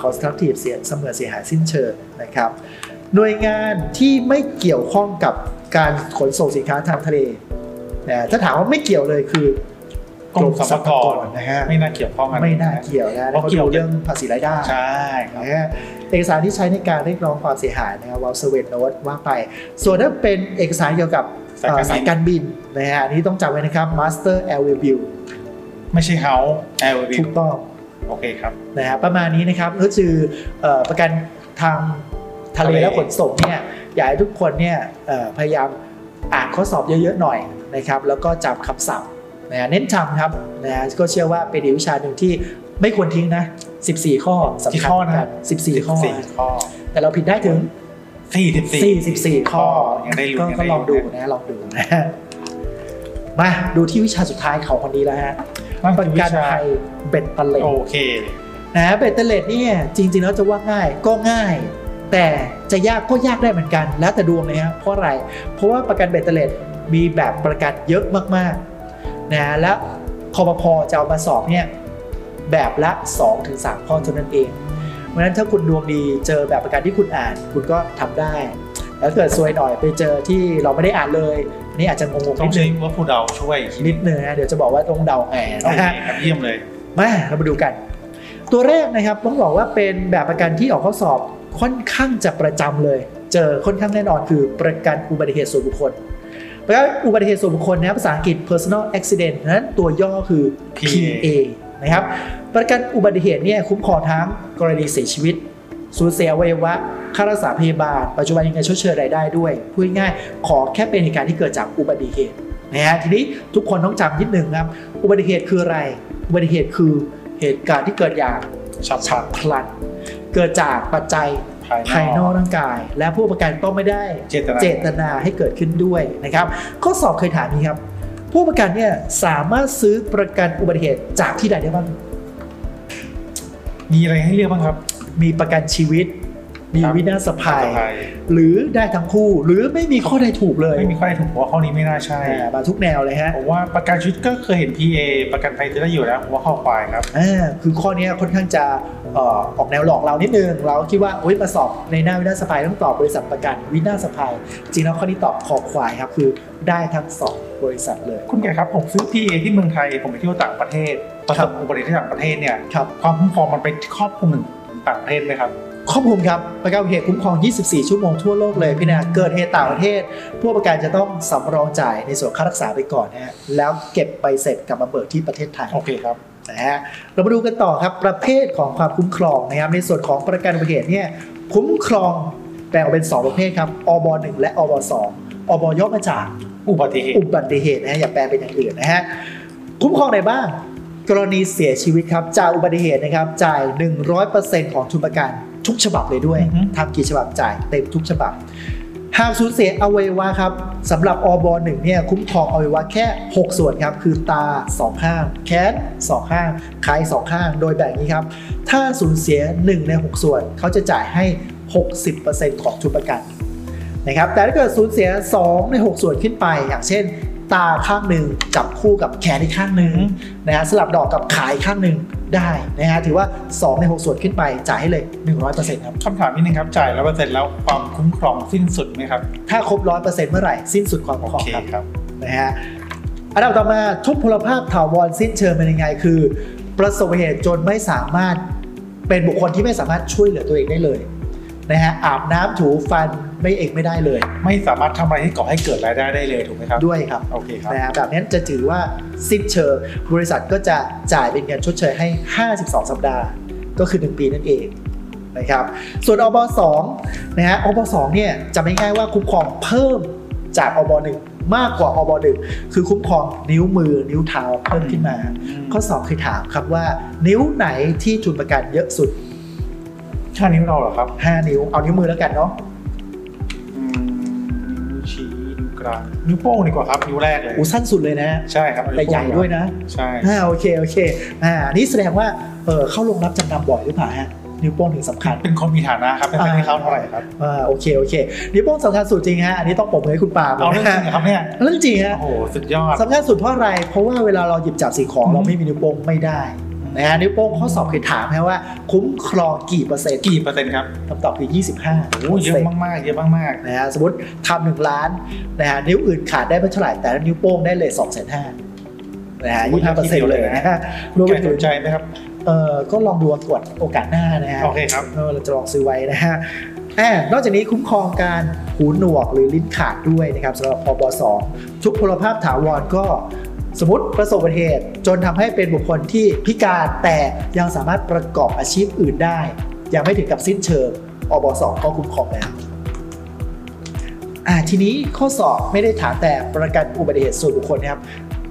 A: คอสทั c ทีฟเสียเสมือนเสียหายสิ้นเชิงนะครับ หน่วยงานที่ไม่เกี่ยวข้องกับการขนส่งสินค้าทางทะเลนะถ้าถามว่าไม่เกี่ยวเลยคือก
B: รมสรรพากร
A: นะฮะ
B: ไม่น่าเกี่ยวข้องกัน
A: ไม่น่าเกี่ยวนะ
B: เพราะ
A: เขา
B: เกี่
A: เกี่
B: ย
A: ยว วเรื่องภาษีรายได้
B: ใช่ครับ
A: นะฮะเอกสารที่ใช้ในการเรียกร้องความเสียหายนะครับวอลเซเวตโนตว่าไป ส่วนถ้าเป็นเอกสารเกี่ยวกับ
B: สายการบิน
A: เอ่อสายการบินนะฮะอันนี้ต้องจำไว้นะครับ Master Airway Bill
B: ไม่ใช่เฮาส์แอลวี
A: ถูกต้อง
B: โอเคครับ
A: นะฮะประมาณนี้นะครับก็คือเอ่อประกันทางทะเล
B: ทะเล
A: และขนส่งเนี่ยอยากให้ทุกคนเนี่ยเอ่อพยายามอ่านข้อสอบเยอะๆหน่อยนะครับแล้วก็จำคำศัพท์นะฮะเน้นจำครับนะฮะก็เชื่อว่าเป็นอีกวิชาหนึ่งที่ไม่ควรทิ้งนะ 14 ข้อสำคัญเหมือนกัน14 ข้อ
B: สี่ข้อ
A: แต่เราผิดได้ถึง
B: สี่สิบสี่
A: 44 ข้อ
B: ยังได้ลุ้น
A: ก็
B: ยังได้
A: ก็ลอง
B: ลุ้
A: ดู
B: น
A: นะลองดูนะฮะมาดูที่วิชาสุดท้ายของคนนี้แล้วฮะ
B: นั่น
A: ป
B: คื
A: ระ
B: อวิ
A: กัน
B: ชา
A: ภัยเบ็ดเตล็ด
B: โอเค
A: นะเบ็ดเตล็ดเนี่ยจริงๆแล้วจะว่าง่ายก็ง่าย แต่จะยากก็ยากได้เหมือนกัน แล้วแต่ดวงเลยฮะเพราะอะไร เพราะว่าประกันเบ็ดเตล็ดมีแบบประกันเยอะมากๆนะและคอปพจะเอามาสอบเนี่ยแบบละ 2-3 ข้อเท่านั้นเอง เพราะฉะนั้นถ้าคุณดวงดีเจอแบบประกันที่คุณอ่าน คุณก็ทำได้ แล้วเกิดซวยหน่อยไปเจอที่เราไม่ได้อ่านเลยอันนี่อาจจะงงๆ
B: ต้อ
A: นิ
B: ง
A: ด
B: ใช้
A: นึง
B: ว่าผู้เดาช่วยคิด
A: นิดนึงนะเดี๋ยวจะบอกว่าต้องเดาแอน
B: โอ
A: นะ
B: เค
A: ฮะ
B: ครับเยี่ยมเลย
A: มาเรามาดูกัน ตัวแรกนะครับต้องบอกว่าเป็นแบบประกันที่ออกข้อสอบค่อนข้างจะประจำเลย เจอค่อนข้างแน่นอนคือประกันอุบัติเหตุส่วนบุคคลประกันอุบัติเหตุส่วนบุคคลนะครับภาษาอังกฤษ personal accident นั้นตัวย่อคือ PA นะครับประกันอุบัติเหตุเนี่ยคุ้มครองทั้งกรณีเสียชีวิต สูญเสียอวัยวะ ค่ารักษาพยาบาล ปัจจุบันยังไงชดเชยรายได้ด้วย พูดง่ายๆขอแค่เป็นเหตุการณ์ที่เกิดจากอุบัติเหตุนะฮะทีนี้ทุกคนต้องจำนิดหนึ่งครับ อุบัติเหตุคืออะไร อุบัติเหตุคือเหตุการณ์ที่เกิดอย่าง
B: ฉับฉั
A: ฉับพลัน เกิดจากปัจจัยภา
B: ภาย
A: น
B: ย
A: อ
B: นอก ก
A: ร่างกาย และผู้ประกันต้องไม่ได้
B: เจตนา
A: เจตนาให้เกิดขึ้นด้วยนะครับข้อสอบเคยถามนี้ครับ ผู้ประกันเนี่ยสามารถซื้อประกันอุบัติเหตุจากที่ใดได้บ้าง
B: มีอะไรให้เลือกบ้างครับ
A: มีประกันชีวิต มี
B: ครับ
A: วินาศภัย
B: ภาย
A: หรือได้ทั้งคู่ หรือไม่มีข้อใดถูกเลย
B: ไม่มีข้อใดถูกเพราะว่าข้อนี้ไม่น่าใช่
A: อ่ามาทุกแนวเลยฮะ
B: ผมว่าประกันชีวิตก็เคยเห็น PA ประกันภัยจะได้อยู่แล้วผมว่าเข้าควายครับ
A: อ่าคือข้อเนี้ยค่อนข้างจะเอ่อออกแนวหลอกเรานิดนึง เราคิดว่าโอ๊ยมาสอบในหน้าวินาศภัยต้องตอบบริษัทประกันวินาศภัย จริงแล้วข้อนี้ตอบคอควายครับคือได้ทั้งสองบริษัทเลย
B: คุณแกครับผมซื้อ PA ที่เมืองไทย ผมไปเที่ยวต่างประเทศประ
A: ค
B: ส
A: รั
B: บบ อุบัติเหตุที่ต่างประเทศเนี่ย
A: ครับ
B: ความคุ้มครองมันไปครอบคลุมถึงต่างประเทศไหมครับ
A: ข้อมูลครับประกันอุบัติเหตุคุ้มครอง 24 ชั่วโมงทั่วโลกเลยพี่นาเกิดเหตุต่างประเทศ ผู้ประกันจะต้องสำรองจ่ายในส่วนค่ารักษาไปก่อนนะฮะแล้วเก็บใบเสร็จกลับมาเบิกที่ประเทศไทย
B: โอเคครับ
A: นะฮะเรามาดูกันต่อครับประเภทของความคุ้มครองนะครับในส่วนของประกันอุบัติเหตุเนี่ยคุ้มครองแบ่งออกเป็น 2 ประเภทครับอบ1และอบ2อบย่อมาจาก
B: อุบัติเหตุ
A: อุบัติเหตุนะฮะอย่าแปลเป็นอย่างอื่นนะฮะคุ้มครองไหนบ้าง กรณีเสียชีวิตครับจากอุบัติเหตุนะครับจ่าย 100%ของทุนประกันทุกฉบับเลยด้วย
B: อือฮึ
A: ทำกี่ฉบับจ่ายเต็มทุกฉบับ หากสูญเสียอวัยวะครับสำหรับอบหนึ่งเนี่ยคุ้มครองอวัยวะแค่ 6 ส่วนครับ คือตา 2 ข้าง แขน 2 ข้างคาย2 ข้าง โดยแบ่งอย่างนี้ครับ ถ้าสูญเสีย 1 ใน 6 ส่วน เขาจะจ่ายให้ 60%ของทุนประกันนะครับแต่ถ้าเกิดสูญเสีย 2 ใน 6 ส่วนขึ้นไป อย่างเช่น ตาข้างหนึ่งจับคู่กับแขนอีกข้างหนึ่งนะฮะสลับดอกกับขาอีกข้างหนึ่งได้นะฮะถือว่า 2 ใน 6 ส่วนขึ้นไปจ่ายให้เลย 100%ครับ
B: คำถามนิดนึงครับจ่ายร้อยเปอร์เซ็นต์แล้วความคุ้มครองสิ้นสุดไหมครับ
A: ถ้าครบ 100%เมื่อไหร่สิ้นสุดความ
B: โอ
A: คุ้มครอง
B: เค
A: ครับ
B: ครับ
A: นะฮะอันดับต่อมาทุพพลภาพถาวรสิ้นเชิงเป็นยังไงคือ ประสบเหตุจนไม่สามารถเป็นบุคคลที่ไม่สามารถช่วยเหลือตัวเองได้เลยนะฮะอาบน้ำถูฟันไม่เองไม่ได้เลย
B: ไม่สามารถทำอะไรที่ก่อให้เกิดรายได้ได้เลยถูกไหมครับ
A: ด้วยครับ
B: โอเคครับ
A: นะฮะแบบนี้จะถือว่าสิ้นเชิงบริษัทก็จะจ่ายเป็นเงินชดเชยให้ 52 สัปดาห์ ก็คือ 1 ปีนั่นเองนะครับส่วนอบ2นะฮะอบ2เนี่ยจะไม่ง่ายว่าคุ้มครองเพิ่มจากอบ1มากกว่าอบ1คือคุ้มครองนิ้วมือนิ้วเท้าเพิ่มขึ้นมา ข้อสอบคือถามครับว่านิ้วไหนที่ทุนประกันเยอะสุด
B: ค่านิ้วเราเหรอครับ
A: 5 นิ้ว เอานิ้วมือแล้วกันเนาะ
B: อืมนิ้วชี้นิ้วกลางนิ้วโป้งดีกว่าครับนิ้วแรกเลย
A: อูสั้นสุดเลยนะฮะ
B: ใช่ครับนิ้ว
A: แต่
B: โป้ง
A: ใหญ่ด้วยนะ
B: ใช่
A: อ่าโอเคโอเคอ่านี่แสดงว่าเออเข้าลงรับจำนำบ่อยหรือเปล่าฮะนิ้วโป้งถึงสำคัญ
B: เป็นคนมีฐานะครับเป็นคนที่เขาเท่าไหร่ครับ
A: อ่าโอเคโอเค นิ้วโป้งสำคัญสุดจริงฮะอันนี้ต้องปรบมือให้คุณปาล์ม
B: เอาเรื่องจริงเหรอครับเนี่ย
A: เรื่องจริงฮะ
B: โอ้โหสุดยอด
A: สำคัญสุดเพราะอะไร เพราะว่าเวลาเราหยิบจับสิ่งของเราไม่มีนิ้วโป้งไม่ได้นะฮะนิ้วโป้งข้อสอบเคยถามฮะว่าคุ้มครองกี่เปอร์เซ็นต์
B: กี่เปอร์เซ็นต์ครับ
A: คำตอบคือ 25
B: โอ้เยอะมากๆเยอะมาก
A: นะฮะสมมติทำหนึ่งล้านนะฮะนิ้วอื่นขาดได้ไม่เท่าไหร่แต่นิ้วโป้งได้เลย2องแสนห้านะฮะ
B: อุ๊
A: ยี่
B: ย
A: ห้าเปอร์เซ็นต์เล
B: น่าคิดเลย ยนะ
A: นะฮะร
B: ๆ
A: วมไป
B: แกส
A: ถึง
B: นใจไหมครับ
A: เออก็ลองดูกวดโอกาสหน้านะฮะ
B: โอเคครับ
A: เออเราจะลองซื้อไว้นะฮะแอบนอกจากนี้คุ้มครองการหูหนวกหรือลิ้นขาดด้วยนะครับสำหรับพบสองทุกพลภาพถาวรก็สมมติประสบอุบัติเหตุ จนทำให้เป็นบุคคลที่พิการแต่ยังสามารถประกอบอาชีพอื่นได้ ยังไม่ถึงกับสิ้นเชิงอบสก็คุ้มครองแล้ว อ่าทีนี้ข้อสอบไม่ได้ถามแต่ประกันอุบัติเหตุส่วนบุคคลนะครับ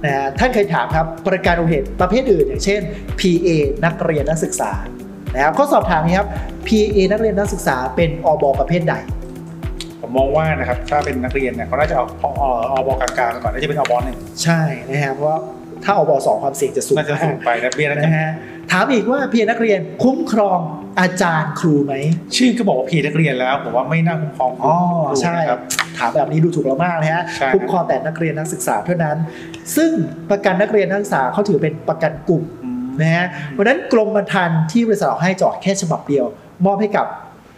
A: นะฮะท่านเคยถามครับประกันอุบัติเหตุประเภทอื่นอย่างเช่น PA นักเรียนนักศึกษานะครับข้อสอบถามนี้ครับ PA นักเรียนนักศึกษาเป็นอบประเภทใด
B: ผมมองว่านะครับถ้าเป็นนักเรียนเนี่ยเขาน่าจะเอาเอาเอาเอาบกลางๆไปก่อนน่าจะเป็นอบอหนึ่ง
A: ใช่นะฮะเพราะว่าถ้าอบสองความเสี่ยงจะสูง
B: น่าจะสูงไปนะเบี้ยน่าจะ
A: นะฮะถามอีกว่า PA นักเรียนคุ้มครองอาจารย์ครูไหม
B: ชื่อก็บอกว่าพีนักเรียนแล้วผมว่าไม่น่าคุ้มครอง
A: อ๋อ
B: ถูก
A: ใช่
B: นะครับ
A: ถามแบบนี้ดูถูกเรามากนะฮะ
B: ใช่ครับ
A: คุ้มครองแต่นักเรียนนักศึกษาเท่านั้น ซึ่งประกันนักเรียนนักศึกษาเขาถือเป็นประกันกลุ่ม
B: อืม
A: นะฮะเพราะฉะนั้นกรมธรรม์ที่บริษัทออกให้จอดแค่ฉบับเดียว มอบให้กับ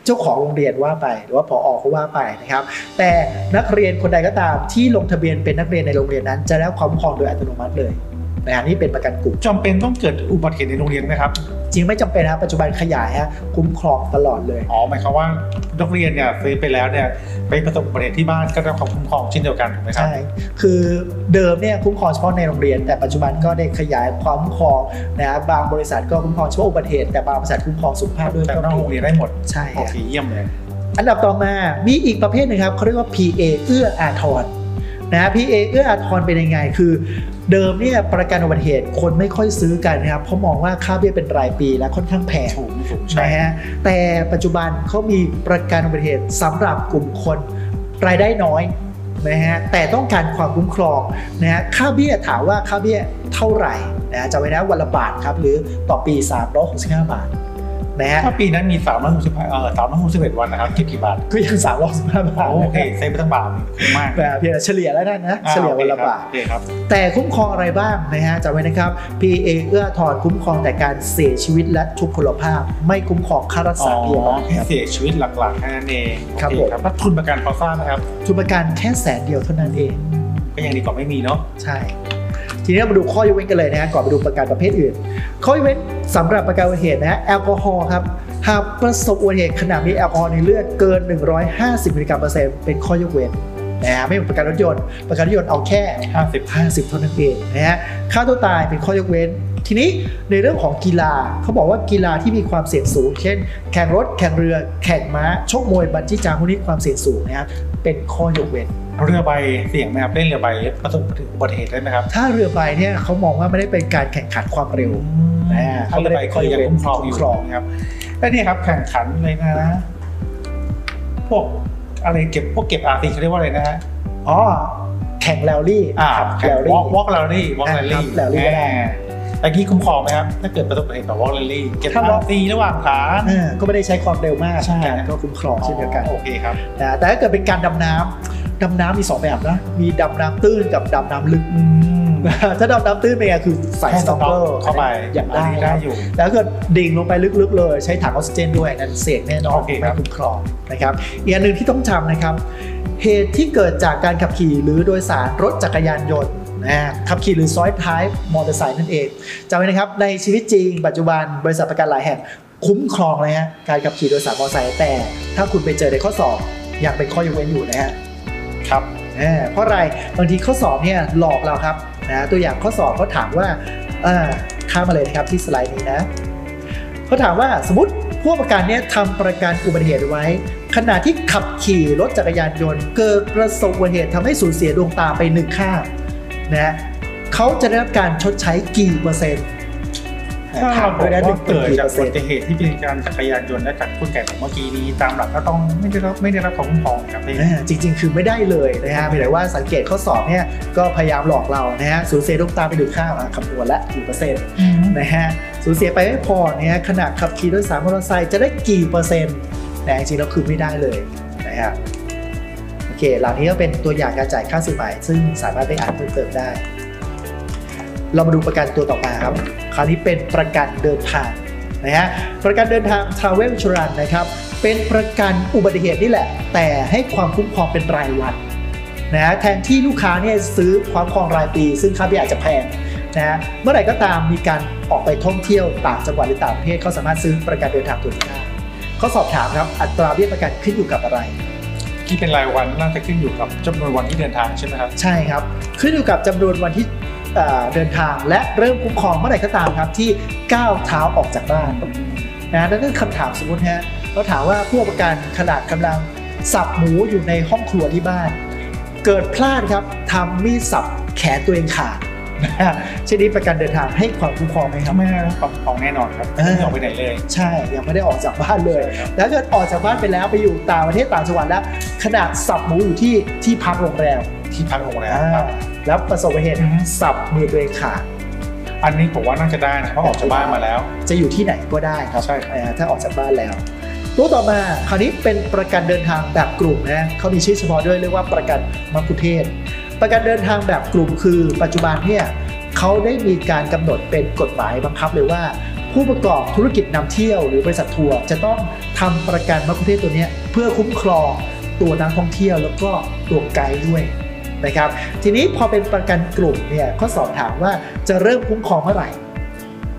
A: เจ้าของโรงเรียนว่าไป หรือว่าผอเขาว่าไปนะครับ แต่นักเรียนคนใดก็ตามที่ลงทะเบียนเป็นนักเรียนในโรงเรียนนั้น จะได้รับความคุ้มครองโดยอัตโนมัติเลยนะฮะนี่เป็นประกันกลุ่ม
B: จำเป็นต้องเกิดอุบัติเหตุในโรงเรียนไหมครับ
A: จริงไม่จำเป็นนะปัจจุบันขยายฮะคุ้มครองตลอดเลย
B: อ๋อ หมายความว่านักเรียนเนี่ยซื้อไปแล้วเนี่ยไปประสบอุบัติเหตุที่บ้านก็ได้รับความคุ้มครองเช่นเดียวกันถูกไหมครับ
A: ใช่ คือเดิมเนี่ยคุ้มครองเฉพาะในโรงเรียน แต่ปัจจุบันก็ได้ขยายความคุ้มครองนะฮะบางบริษัทก็คุ้มครองเฉพาะอุบัติเหตุแต่บางบริษัทคุ้มครองสุขภาพด้วย
B: แต่
A: ก็
B: นอก
A: มี
B: โรงเรียนได้หมด
A: ใช่
B: โอ
A: ฮะ
B: เคเยี่ยมเลย
A: อันดับต่อมา มีอีกประเภทหนึ่งครับเขาเรียกว่า PA เอื้ออาทรนะ PA เอื้ออาทรเป็นยังไง คือ เดิมเนี่ยประกันอุบัติเหตุคนไม่ค่อยซื้อกันนะครับ เพราะมองว่าค่าเบี้ยเป็นรายปีและค่อนข้างแพง
B: ถูกถูกใช่
A: นะฮะ แต่ปัจจุบันเขามีประกันอุบัติเหตุสำหรับกลุ่มคนรายได้น้อยนะฮะ แต่ต้องการความคุ้มครองนะฮะ ค่าเบี้ยถามว่าค่าเบี้ยเท่าไหร่นะฮะจำไว้นะวันละบาทครับหรือต่อปี 365 บาทนะฮะ
B: ถ้าปีนั้นมี3ามร้อยหกสิบเอ่อสามร้อยหกสิบเอ็ดวันนะครับคิดกี่บาท
A: ก็ยัง 365 บาทนะครับ
B: โอเคเซฟไปตั้งบาทหนึ่งคุ้มมาก
A: แต่เพียงแต่เฉลี่ยแล้วกันนะเฉลี่ยวันละบาท
B: โอเคครับ
A: แต่คุ้มครองอะไรบ้างนะฮะจำไว้นะครับ PA เอื้ออาทอนคุ้มครองแต่การเสียชีวิตและทุพพลภาพ ไม่คุ้มครองค่ารักษาพยาบาล
B: ให้
A: ครับ
B: เสียชีวิตหลักๆแค่นั้นเอง
A: ครับ
B: โอ
A: ผม
B: เแล้วทุนประกันพอทราบไหมครับ
A: ทุนประกันแค่แสนเดียวเท่านั้นเอง
B: ก็ยังดีกว่าไม่มีเนาะ
A: ใช่ ทีนี้เรามาดูข้อยกเว้นกันเลยนะฮะก่อนไปดูประกันประเภทอื่น ข้อยกเว้นสำหรับประกันอุบัติเหตุนะฮะแอลกอฮอล์ครับหากประสบอุบัติเหตุขณะมีแอลกอฮอล์ในเลือดเกิน 150มิลลิกรัมเปอร์เซ็นต์เป็นข้อยกเว้นนะฮะไม่เหมือนประกันรถยนต์ประกันรถยนต์เอาแค่
B: ห้าสิบ
A: 50เท่านั้นเองนะฮะค่าตัวตายเป็นข้อยกเว้น ทีนี้ในเรื่องของกีฬาเขาบอกว่ากีฬาที่มีความเสี่ยงสูง เช่น แข่งรถ แข่งเรือ แข่งม้า ชกมวย บันจี้จางพวกนี้ความเสี่ยงสูงนะครับเป็นข้อยกเว้น
B: เรือใบเสี่ยงไหมครับเล่นเรือใบประสบอุบัติเหตุได้ไหมครับ
A: ถ้าเรือใบเนี่ยเขามองว่าไม่ได้เป็นการแข่งขันความเร็ว
B: อืม
A: อ่า
B: ถ้าเรือใบก็ยังคุ้มครองอยู่
A: คุ้มครอง
B: นะครับแล้วนี่ครับแข่งขันเลยนะ พวกอะไรเก็บพวกเก็บอาร์ตีเขาเรียกว่าอะไรนะฮะ
A: อ๋อแข่งแรลลี่
B: อ่า
A: แข่งแรล
B: ว
A: ลี่
B: อล์กวอล์กแรลลี่วอล์กแรล
A: ครั
B: ลี่
A: บ rally ก็ได้
B: ตะกี้คุ้มครองไหมครับถ้าเกิดประสบอุบัติเหตุต่อวอล์กแรลลี่เก็บ
A: ถ้า walk
B: อาร์ตีระหว่างขา
A: อ่าก็ไม่ได้ใช้ความเร็วมาก
B: ใช่
A: ก็คุ้มครองเช่นเดียวกัน
B: โอเคครับ
A: นะแต่ถ้าเกิดเป็นการดำน้ำ ดำน้ำมีสองแบบนะ มีดำน้ำตื้นกับดำน้ำลึก [LAUGHS]
B: อืม
A: ถ้าดำน้ำตื้นเป็นไงคือใส่
B: แค่
A: ส
B: ส
A: ต็อก
B: ต็อ
A: เก
B: ก
A: อร์
B: เข้าไป
A: อย่าง
B: อัน
A: ได้
B: นี้
A: ค
B: ได้
A: รับ
B: อยู่
A: แล้วก็ดิ่งลงไปลึกๆเลย ใช้ถังออกซิเจนด้วยนั่นเสี่ยงแน่นอน
B: โอเคครั
A: ไม่
B: บ
A: คุ้มครองนะครับอีกอันหนึ่งที่ต้องจำนะครับ เหตุที่เกิดจากการขับขี่หรือโดยสารรถจักรยานยนต์นะขับขี่หรือซ้อนท้ายมอเตอร์ไซค์นั่นเองจำไว้นะครับในชีวิตจริง ปัจจุบันบริษัทประกันหลายแห่งคุ้มครองเลยฮะการขับขี่โดยสารมอเตอร์ไซค์แต่ ถ้าคุณไปเจอในข้อสอบยังเป็นข้อยกเว้นอยู่นะฮะ
B: ครับ
A: อ่าเพราะอะไรบางทีข้อสอบเนี่ยหลอกเราครับนะตัวอย่างข้อสอบเขาถามว่าอ่าข้ามมาเลยนะครับที่สไลด์นี้นะเขาถามว่าสมมติผู้ประกันเนี่ยทำประกันอุบัติเหตุไว้ ขณะที่ขับขี่รถจักรยานยนต์ เกิดประสบอุบัติเหตุทำให้สูญเสียดวงตาไปหนึ่งข้างนะเขาจะได้รับการชดใช้กี่เปอร์เซ็นต์
B: ถ้าเราบอกว่าเกิดจากอุ
A: เปอ
B: บั
A: ร์เซ็น
B: ติ
A: ต์
B: เหตุที่เป็นการจักรยานยนต์และจากคุณแก่ของเมื่อกี้นี้ตามหลักก็ต้องไม่ได้รับไม่ได้รับความคุ้มครองครับพี่
A: อ่าจริง ๆ คือไม่ได้เลยนะฮะมีแต่ว่าสังเกตข้อสอบเนี่ยก็พยายามหลอกเรานะฮะสูญเสียดวงตาไปหนึ่งข้างอ่ะคำนวณละกี่เปอร์เซ็นต์ นะฮะสูญเสียไปไม่พอเนี่ยขณะขับขี่โดยสารมอเตอร์ไซค์จะได้กี่เปอร์เซ็นต์แต่จริงๆแล้วคือไม่ได้เลยนะฮะโอเคเหล่านี้ก็เป็นตัวอย่างการจ่ายค่าสินใหม่ซึ่งสามารถไปอ่านเพิ่มเติมได้ เรามาดูประกันตัวต่อมาครับ คราวนี้เป็นประกันเดินทางนะฮะประกันเดินทาง Travel Insurance นะครับเป็นประกันอุบัติเหตุนี่แหละ แต่ให้ความคุ้มครองเป็นรายวันนะฮะแทนที่ลูกค้าเนี่ยซื้อความครองรายปี ซึ่งค่าเบี้ยอาจจะแพง นะฮะเมื่อไหร่ก็ตามมีการออกไปท่องเที่ยวต่างจังหวัดหรือต่างประเทศเขาสามารถซื้อประกันเดินทางตัวนี้ได้เขาสอบถามครับอัตราเบี้ยประกันขึ้นอยู่กับอะไร
B: ที่เป็นรายวันน่าจะขึ้นอยู่กับจำนวนวันที่เดินทางใช่ไหมครับ
A: ใช่ครับ ขึ้นอยู่กับจำนวนวันที่เอ่อเดินทางและเริ่มคุ้มครองเมื่อไหร่ก็ตามครับที่ก้าวเท้าออกจากบ้านนะนั่นคือคำถามสมมติฮะเราถามว่าผู้ประกันขนาดกำลังสับหมูอยู่ในห้องครัวที่บ้าน เกิดพลาดครับทำมีดสับแขนตัวเองขาด [LAUGHS] นะฮะเช่นนี้ประกันเดินทางให้ความคุ้มครองไหมครับ
B: ไม่ได้รับความคุ้มครองแน่นอนครับไม่ได้ออกไปไหนเลย
A: ใช่ยังไม่ได้ออกจากบ้านเลย
B: ใช่ครับ
A: แล้วเกิดออกจากบ้านไปแล้วไปอยู่ต่างประเทศต่างจังหวัดแล้ว ขนาดสับหมูอยู่ที่ที่พักโรงแรม
B: ที่พักโรงแรม
A: อ่า
B: ครับ
A: แล้วประสบอุบัติเหตุ
B: อือฮึ
A: สับมือตัวเองขาด
B: อันนี้ผมว่าน่าจะได้นะเพราะออกจากบ้านมาแล้ว
A: จะอยู่ที่ไหนก็ได้ครับ
B: ใช่ครับ
A: อ่าถ้าออกจากบ้านแล้ว ตัวต่อมาคราวนี้เป็นประกันเดินทางแบบกลุ่มนะเขามีชื่อเฉพาะด้วยเรียกว่าประกันมัคคุเทศก์ประกันเดินทางแบบกลุ่มคือ ปัจจุบันเนี่ยเขาได้มีการกำหนดเป็นกฎหมายบังคับเลยว่า ผู้ประกอบธุรกิจนำเที่ยวหรือบริษัททัวร์จะต้องทำประกันมัคคุเทศก์ตัวเนี้ยเพื่อคุ้มครองตัวนักท่องเที่ยวแล้วก็ตัวไกด์ด้วยนะครับทีนี้พอเป็นประกันกลุ่มเนี่ยเขาสอบถามว่าจะเริ่มคุ้มครองเมื่อไหร่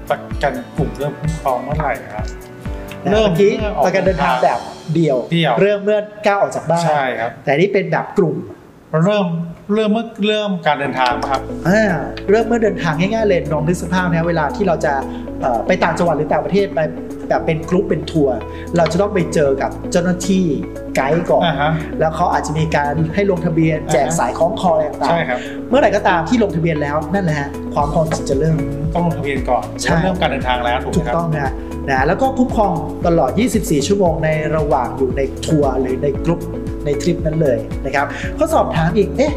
B: ประกันกลุ่มเริ่มคุ้มครองเมื่อไหร่ครับ
A: เริ่มที่ประกันเดินทางแบบเดี่ยว
B: เดี่ยว
A: เริ่มเมื่อก้าวออกจากบ้าน
B: ใช่ครับ
A: แต่นี่เป็นแบบกลุ่ม
B: เริ่มเริ่มเมื่อเริ่มการเดินทางครับ
A: อ่าเริ่มเมื่อเดินทางง่ายๆเลยลองนึกสภาพนะเวลาที่เราจะเอ่อไปต่างจังหวัดหรือต่างประเทศไปแบบเป็นกรุ๊ปเป็นทัวร์เราจะต้องไปเจอกับเจ้าหน้าที่ไกด์ก่อน
B: อ่าฮะ
A: แล้วเขาอาจจะมีการให้ลงทะเบียนแจกสายคล้องคออะไรต่าง
B: ใช่ครับ
A: ๆเมื่อไหร่ก็ตามที่ลงทะเบียนแล้วนั่นแหละฮะความพร้อมจะเริ่ม
B: ต้องลงทะเบียนก่อน
A: ใช่
B: ว่าเริ่มการเดินทางแล้วถูกไห
A: ถูก
B: มครับ
A: ต้องนะนะแล้วก็คุ้มครองตลอด 24 ชั่วโมงในระหว่างอยู่ในทัวร์หรือในกลุ่มในทริปนั้นเลยนะครับเขาสอบถามอีก เอ๊ะ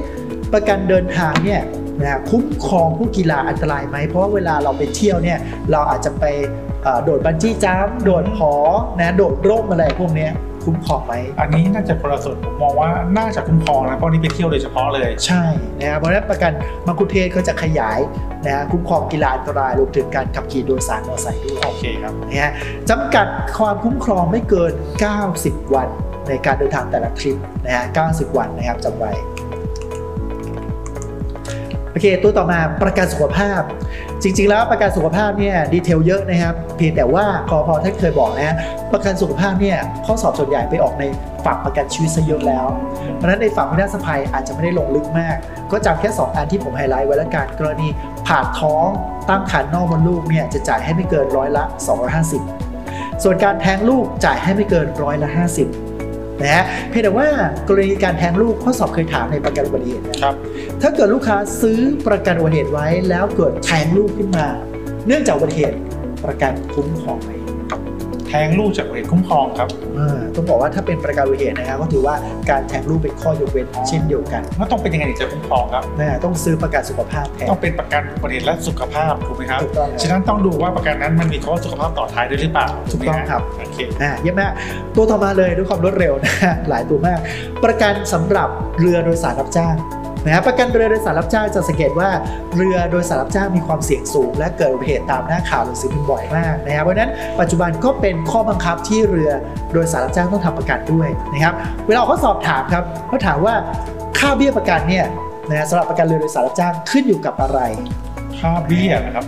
A: ประกันเดินทางเนี่ยนะคุ้มครองผู้กีฬาอันตรายไหม เพราะว่าเวลาเราไปเที่ยวเนี่ย เราอาจจะไปเอ่อโดดบันจี้จ้ำโดดหอนะโดดร่มอะไรพวกเนี้ยคุ้มครองไหม
B: อันนี้น่าจะคนละส่วนผมมองว่าน่าจะคุ้มครองนะเพราะนี่ไปเที่ยวโดยเฉพาะเลย
A: ใช่นะครับเพราะฉะนั้นประกันมังคุเทศก็จะขยายนะฮะคุ้มครองกีฬาอันตรายรวมถึงการขับขี่โดยสารมอเตอร์ไซค์ด้วย
B: โอเคครับ
A: นะฮะจำกัดความคุ้มครองไม่เกิน 90 วันในการเดินทางแต่ละทริปนะฮะ 90 วันนะครับจำไว้ โอเค ตัวต่อมาประกันสุขภาพ จริง ๆ แล้วประกันสุขภาพเนี่ยดีเทลเยอะนะครับ เพียงแต่ว่าคอพอท่านเคยบอกนะฮะประกันสุขภาพเนี่ยข้อสอบส่วนใหญ่ไปออกในฝั่งประกันชีวิตซะเยอะแล้ว เพราะฉะนั้นในฝั่งวินาศภัยอาจจะไม่ได้ลงลึกมาก ก็จำแค่ 2 อันที่ผมไฮไลท์ไว้ละกันกรณีผ่าท้องตั้งครรภ์นอกมดลูกเนี่ยจะจ่ายให้ไม่เกินร้อยละ 250 ส่วนการแท้งลูกจ่ายให้ไม่เกินร้อยละ 50นะฮะเพียงแต่ว่ากรณีการแท้งลูกข้อสอบเคยถามในประกันอุบัติเหตุนะ
B: ครับ
A: ถ้าเกิดลูกค้าซื้อประกันอุบัติเหตุไว้แล้วเกิดแทงลูกขึ้นมา เนื่องจากอุบัติเหตุประกันคุ้มครองไหม
B: แทงลูกจากเหตุคุ้มครองครับ
A: อ่าต้องบอกว่าถ้าเป็นประกันอุบัติเหตุนะครับก็ถือว่าการแทงลูกเป็นข้อยกเว้นเช่นเดียวกัน
B: แล้วต้องเป็นยังไงถึงจะคุ้มครองครับ
A: นะต้องซื้อประกันสุขภาพแทน
B: ต้องเป็นประกันอุบัติเหตุและสุขภาพถูกไหมครับ
A: ถูกต้องครับ
B: ฉะนั้นต้องดูว่าประกันนั้นมันมีข้อสุขภาพต่อท้ายด้วยหรือเปล่าไหม
A: ถูกต้องครับ
B: โอเค
A: อ่าเยี่ยมมากตัวต่อมาเลยด้วยความรวดเร็วนะ หลายตัวมาก ประกันสำหรับเรือโดยสารรับจ้างนะฮะประกันเรือโดยสารรับจ้างจะสังเกตว่าเรือโดยสารรับจ้างมีความเสี่ยงสูง และเกิดอุบัติเหตุตามหน้าข่าวหรือสื่อพิมพ์บ่อยมากนะฮะเพราะฉะนั้นปัจจุบันก็เป็นข้อบังคับที่เรือโดยสารรับจ้างต้องทำประกันด้วยนะครับเวลาเขาสอบถามครับเขาถามว่าค่าเบี้ยประกันเนี่ยนะฮะสำหรับประกันเรือโดยสารรับจ้างขึ้นอยู่กับอะไร
B: ค่าเบี้ยนะครับ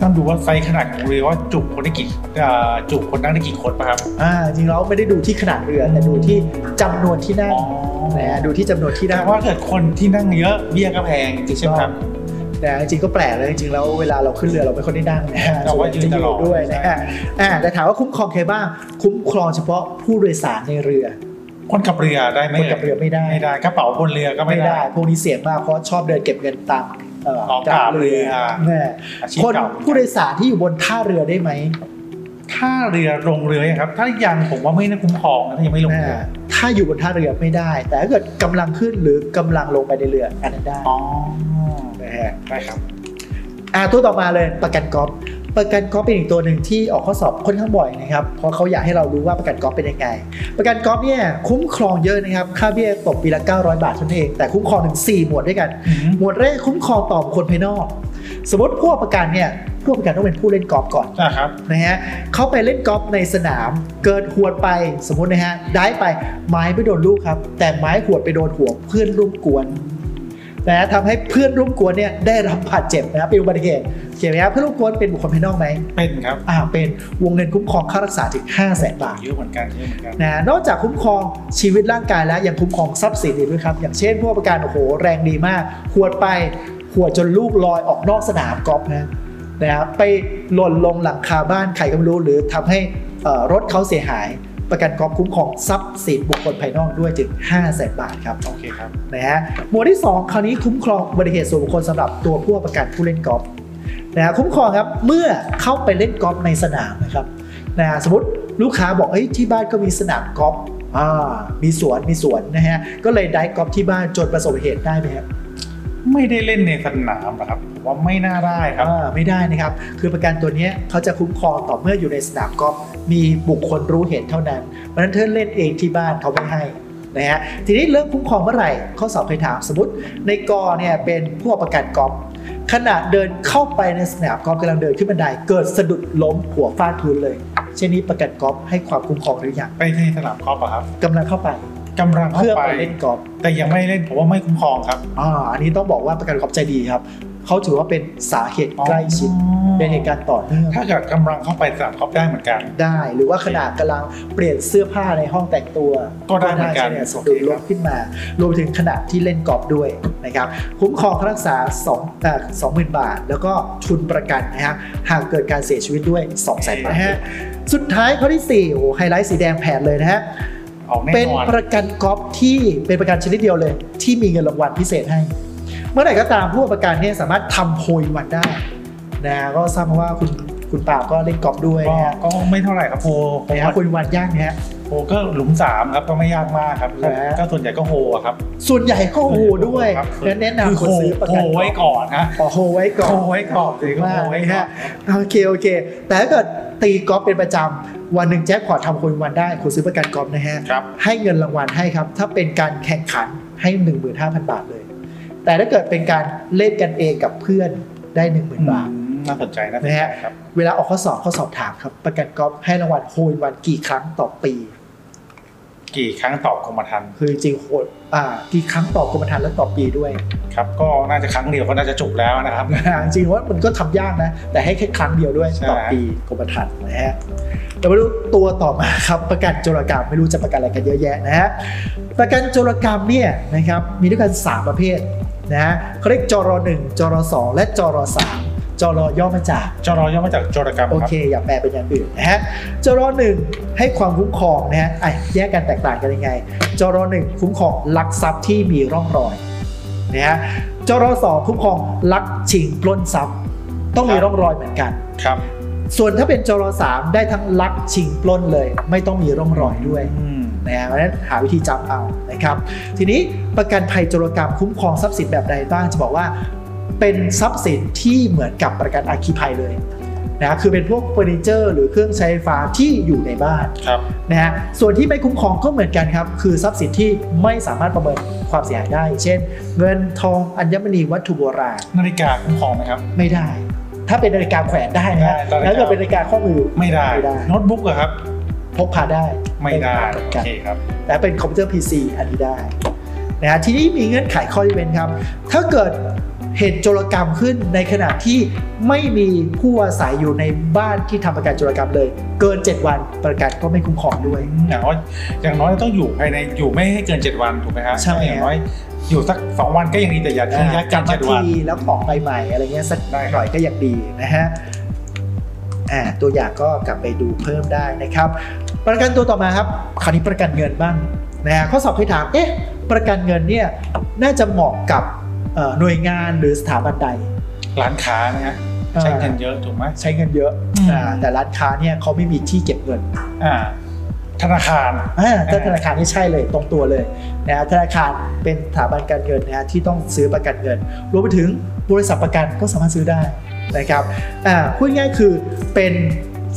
B: ต้องดูว่าไซส์ขนาดของเรือว่าจุคนได้กี่อ่าจุคนนั่งได้กี่คนป่ะครับ
A: อ่าจริงๆแล้วไม่ได้ดูที่ขนาดเรือแต่ดูที่จำนวนที่นั่งนะฮะดูที่จำนวนที่
B: แต่
A: นั่ง
B: ว่าเกิดคนที่นั่งเยอะเบี้ยก็แพงจริงใช่ไหมครับ
A: แต่จริงๆก็แปลกเลยจริงๆแล้วเวลาเราขึ้นเรือเราไม่ค่อยได้นั่งนะฮะ
B: เราก็ยืนตลอด
A: จะด้วยนะฮะอ่าแต่ถามว่าคุ้มครองใครบ้าง คุ้มครองเฉพาะผู้โดยสารในเรือ
B: คนกับเรือได้ไหม
A: คนกับเรือไม่ได้
B: ไม่ได้กระเป๋าบนเรือก็ไม่
A: ไม่
B: ได้
A: ได้ พวกนี้เสี่ยงมากเพราะชอบเดินเก็บเงินตามเอ่อ
B: ออกตามเรือ
A: เนี่ย
B: อาชีพ
A: คน
B: เก่า
A: ผู้โดยสารที่อยู่บนท่าเรือได้ไหม
B: ถ้าเรือลงเรือยังครับ ถ้ายังผมว่าไม่น่าคุ้มครองนะถ้ายังไม่ลงเรือ
A: นะถ้าอยู่บนท่าเรือไม่ได้ แต่ถ้าเกิดกำลังขึ้นหรือกำลังลงไปในเรืออันนั้นได้
B: อ๋อ
A: นะฮะ
B: ได้ครับ
A: อ่าตัวต่อมาเลยประกันกอล์ฟประกันกอล์ฟเป็นอีกตัวหนึ่งที่ออกข้อสอบค่อนข้างบ่อยนะครับเพราะเขาอยากให้เรารู้ว่าประกันกอล์ฟเป็นยังไง ประกันกอล์ฟเนี่ยคุ้มครองเยอะนะครับค่าเบี้ยตกปีละ 900 บาทเท่านั้นเองแต่คุ้มครองถึง4หมวดด้วยกัน หมวดแรกคุ้มครองต่อบุคคลภายนอก สมมติผู้เอาประกันเนี่ยผู้เอาประกันต้องเป็นผู้เล่นกอล์ฟก่อน
B: นะครับ
A: นะฮะเขาไปเล่นกอล์ฟในสนาม เกิดหวดไปสมมตินะฮะได้ไปไม้ไปโดนลูกครับแต่ไม้หวดไปโดนหัวเพื่อนร่วมกวน นะฮะทำให้เพื่อนร่วมกวนเนี่ยได้รับบาดเจ็บนะครับเป็นอุบัติเหตุเขียนไหมครับเพื่อนร่วมกวนเป็นบุคคลภายนอกไหม
B: เป็นครับ
A: อ่าเป็นวงเงินคุ้มครองค่ารักษาถึง 5 0 0 0 0นบาท
B: เยอะเหมือนกันเยอะเหมือนกัน
A: นะฮะนอกจากคุ้มครองชีวิตร่างกายแล้วยังคุ้มครองทรัพย์สินอีกด้วยครับ อย่างเช่น พวกประกันโอ้โหแรงดีมากขวดไปขวดจนลูกลอยออกนอกสนามกอล์ฟนะนะครับไปหล่นลงหลังคาบ้านใครก็ไม่รู้หรือทำให้เอ่อรถเขาเสียหาย ประกันกอล์ฟคุ้มครองทรัพย์สินบุคคลภายนอกด้วยถึง 5 0 0 0 0นบาทครับ
B: โอเคครับ
A: นะฮะหมวดที่ 2 คราวนี้คุ้มครองอุบัติเหตุส่วนบุคคลสำหรับตัวผู้ประกันผู้เล่นกอล์ฟนะฮะคุ้มครองครับเมื่อเข้าไปเล่นกอล์ฟในสนามนะครับนะฮะสมมติลูกค้าบอกเฮ้ยที่บ้านก็มีสนามกอล์ฟอ่ามีสวนมีสวนนะฮะก็เลยได้กอล์ฟที่บ้านจนประสบอุบัติเหตุได้ไหมครับ
B: ไม่ได้เล่นในสนามนะครับผมว่าไม่น่าได้ครับ
A: อ่าไม่ได้นะครับ คือประกันตัวเนี้ยเขาจะคุ้มครองต่อเมื่ออยู่ในสนามกอล์ฟมีบุคคลรู้เห็นเท่านั้นเพราะฉะนั้นเธอเล่นเองที่บ้านเขาไม่ให้นะฮะทีนี้เริ่มคุ้มครองเมื่อไหร่ข้อสอบเคยถามสมมติ ในกอเนี่ยเป็นผู้ประกันกอล์ฟขณะเดินเข้าไปในสนามกอล์ฟกำลังเดินขึ้นบันไดเกิดสะดุดล้มหัวฟาดพื้นเลย เช่นนี้ประกันกอล์ฟให้ความคุ้มครองหรือยัง
B: ไปในสนามกอล์ฟอะครับ
A: กำลังเข้าไป
B: กำลังเข้า
A: เพื่อ
B: ไป
A: ไปเล่นกอล์ฟ
B: แต่ยังไม่ได้เล่นผมว่าไม่คุ้มครองครับ
A: อ่าอันนี้ต้องบอกว่าประกันกอล์ฟใจดีครับเขาถือว่าเป็นสาเหตุใกล้ชิด
B: อ๋อ
A: เป็นเหตุการณ์ต่อเนื่อง
B: ถ้าเกิดกำลังเข้าไปสนามกอล์ฟได้เหมือนกัน
A: ได้ หรือว่าขณะกำลังเปลี่ยนเสื้อผ้าในห้องแต่งตัว
B: ก็ได้เหมือนกัน
A: ใช่ยสะดุดล้มขึ้นมา รวมถึงขณะที่เล่นกอล์ฟด้วยนะครับคุ้มครองค่ารักษา2เอ่อ20,000 บาท แล้วก็ทุนประกันนะฮะหากเกิดการเสียชีวิตด้วย2 0 0 0 0 0บาทนะฮะสุดท้ายข้อที่สี่โอ้โหไฮไลท์สีแดงแผนเลยนะฮะ
B: ออกแน่
A: เป็น
B: นอน
A: ประกันกอล์ฟที่เป็นประกันชนิดเดียวเลย ที่มีเงินรางวัลพิเศษให้ เมื่อไหร่ก็ตามผู้ประกันเนี่ยสามารถทำโพยวันได้นะก็ทราบมาว่าคุณคุณป่าบก็เล่นกอล์ฟด้วย
B: ก็
A: นะฮะ
B: ก็ไม่เท่าไหร่ครับโฮโฮ
A: นะฮะคุณวันย่างนะฮะ
B: โฮก็หลุมสามครับก็ไม่ยากมากครับ
A: แล้ว
B: ก็ส่วนใหญ่ก็โฮอะครับ
A: ส่วนใหญ่ก็โหด้วย
B: ครับ
A: งั้น
B: คือ
A: แนะำ
B: น
A: คน
B: โฮ
A: ซื้อประ
B: โฮ
A: กันกอล์ฟ
B: ไว้ก่อนนะ
A: ขอโฮไว้ก่อน
B: โฮไว้ก่อนเลยก็โฮไว้ก่อน
A: โอเคโอเค แต่ถ้าเกิดตีกอล์ฟเป็นประจำวันหนึ่งแจ็คพอตทำคนวันได้คุณซื้อประกันกอล์ฟนะฮะ
B: ครับ
A: ให้เงินรางวัลให้ครับ ถ้าเป็นการแข่งขันให้ 15,000 บาทเลย แต่ถ้าเกิดเป็นการเล่นกันเองกับเพื่อนได้ 10,000 บาท
B: อืมน่าสนใจนะ
A: นะฮะ
B: ครับ
A: เวลาออกข้อสอบข้อสอบถามครับประกันกอล์ฟให้รางวัลโฮลวันกี่ครั้งต่อปี
B: กี่ครั้งตอบกรมธรรม์
A: คือจริงๆโฮลอ่ากี่ครั้งต่อกรมธรรม์และต่อปีด้วย
B: ครับ ก็น่าจะครั้งเดียวก็น่าจะจบแล้วนะครับ [LAUGHS]
A: จริงๆว่ามันก็ทำยากนะ แต่ให้แค่ครั้งเดียวด้วย
B: ใช่
A: ต่อปีกรมธรรม์นะฮะเรามาดูตัวต่อมาครับประกันโจรกรรมไม่รู้จะประกันอะไรกันเยอะแยะนะฮะประกันโจรกรรมเนี่ยนะครับมีด้วยกัน 3 ประเภทนะฮะเขาเรียกจร1จร2และจร3จรย่อมาจาก
B: จรย่อมาจากโจรกรรม
A: โอ
B: ครับ
A: เค อย่าแปลเป็นอย่างอื่นนะฮะจรหนึ่งให้ความคุ้มครองนะฮะไอ้แยกกันแตกต่างกันยังไงจรหนึ่งคุ้มครองลักทรัพย์ที่มีร่องรอยนะฮะจรสองคุ้มครองลักชิงปล้นทรัพย์ ต้องมี
B: ครับ
A: ร่องรอยเหมือนกัน
B: ครับ
A: ส่วนถ้าเป็นจรสามได้ทั้งลักชิงปล้นเลย ไม่ต้องมีร่องรอยด้วย
B: อืม
A: นะฮะเพราะฉะนั้นหาวิธีจำเอานะครับ ทีนี้ประกันภัยโจรกรรมคุ้มครองทรัพย์สินแบบใดบ้างจะบอกว่า เป็นทรัพย์สินที่เหมือนกับประกันอัคคีภัยเลยนะคือเป็นพวกเฟอร์นิเจอร์ หรือเครื่องใช้ไฟฟ้าที่อยู่ในบ้าน
B: ครับ
A: นะฮะส่วนที่ไม่คุ้มครองก็เหมือนกันครับ คือทรัพย์สินที่ไม่สามารถประเมินความเสียหายได้ เช่น เงินทองอัญมณีวัตถุโบราณ
B: นาฬิกาคุ้มครองไหมครับ
A: ไม่ได้ ถ้าเป็นนาฬิกาแขวนได้นะฮะ
B: ได้นาฬิกา
A: แล้วก็เป็นนาฬิกาข้อมือ
B: ไม่ได้
A: ไม่ได้
B: โน้ตบุ๊กเหรอครับ
A: พกพาได้
B: ไม่ได้
A: เหมื
B: โอ
A: อนกัน
B: เคครับ
A: แต่เป็นคอมพิวเตอร์ PC อันนี้ได้นะฮะทีนี้มีเงื่อนไขข้อยกเว้นครับ ถ้าเกิดเหตุโจรกรรมขึ้นในขณะที่ไม่มีผู้อาศัยอยู่ในบ้านที่ทำประกันโจรกรรมเลย เกิน 7 วันประกันก็ไม่คุ้มครองด้วย
B: อย่างน้อยอย่างน้อยต้องอยู่ภายในอยู่ไม่ให้เกิน 7 วันถูกไหมฮะ
A: ใช่
B: อย่างน้อยอยู่สัก 2 วันก็ยังดีแต่อย่าทิ้งระยะเกิน
A: จำ
B: เจ็ดวัน
A: ทีแล้วของใหม่ๆอะไรเงี้ยสักห
B: ได้ครับ
A: น่อยก็ยังดีนะฮะอ่าตัวอย่างก็กลับไปดูเพิ่มได้นะครับ ประกันตัวต่อมาครับคราวนี้ประกันเงินบ้างนะฮะข้อสอบเคยถามเอ๊ะประกันเงินเนี่ยน่าจะเหมาะกับเอ่อหน่วยงานหรือสถาบันใด
B: ร้านค้านะฮะ
A: อ่า
B: ใช้เงินเยอะถูกไหม
A: ใช้เงินเยอะ
B: อืม
A: อ่าแต่ร้านค้าเนี่ยเขาไม่มีที่เก็บเงิน
B: อ่า ธนาคาร
A: อ่าถ้า
B: อ่า
A: ธนาคารนี่ใช่เลยตรงตัวเลยนะฮะธนาคารเป็นสถาบันการเงินนะฮะที่ต้องซื้อประกันเงิน รวมไปถึงบริษัทประกันก็สามารถซื้อได้นะครับอ่าพูดง่ายๆคือเป็น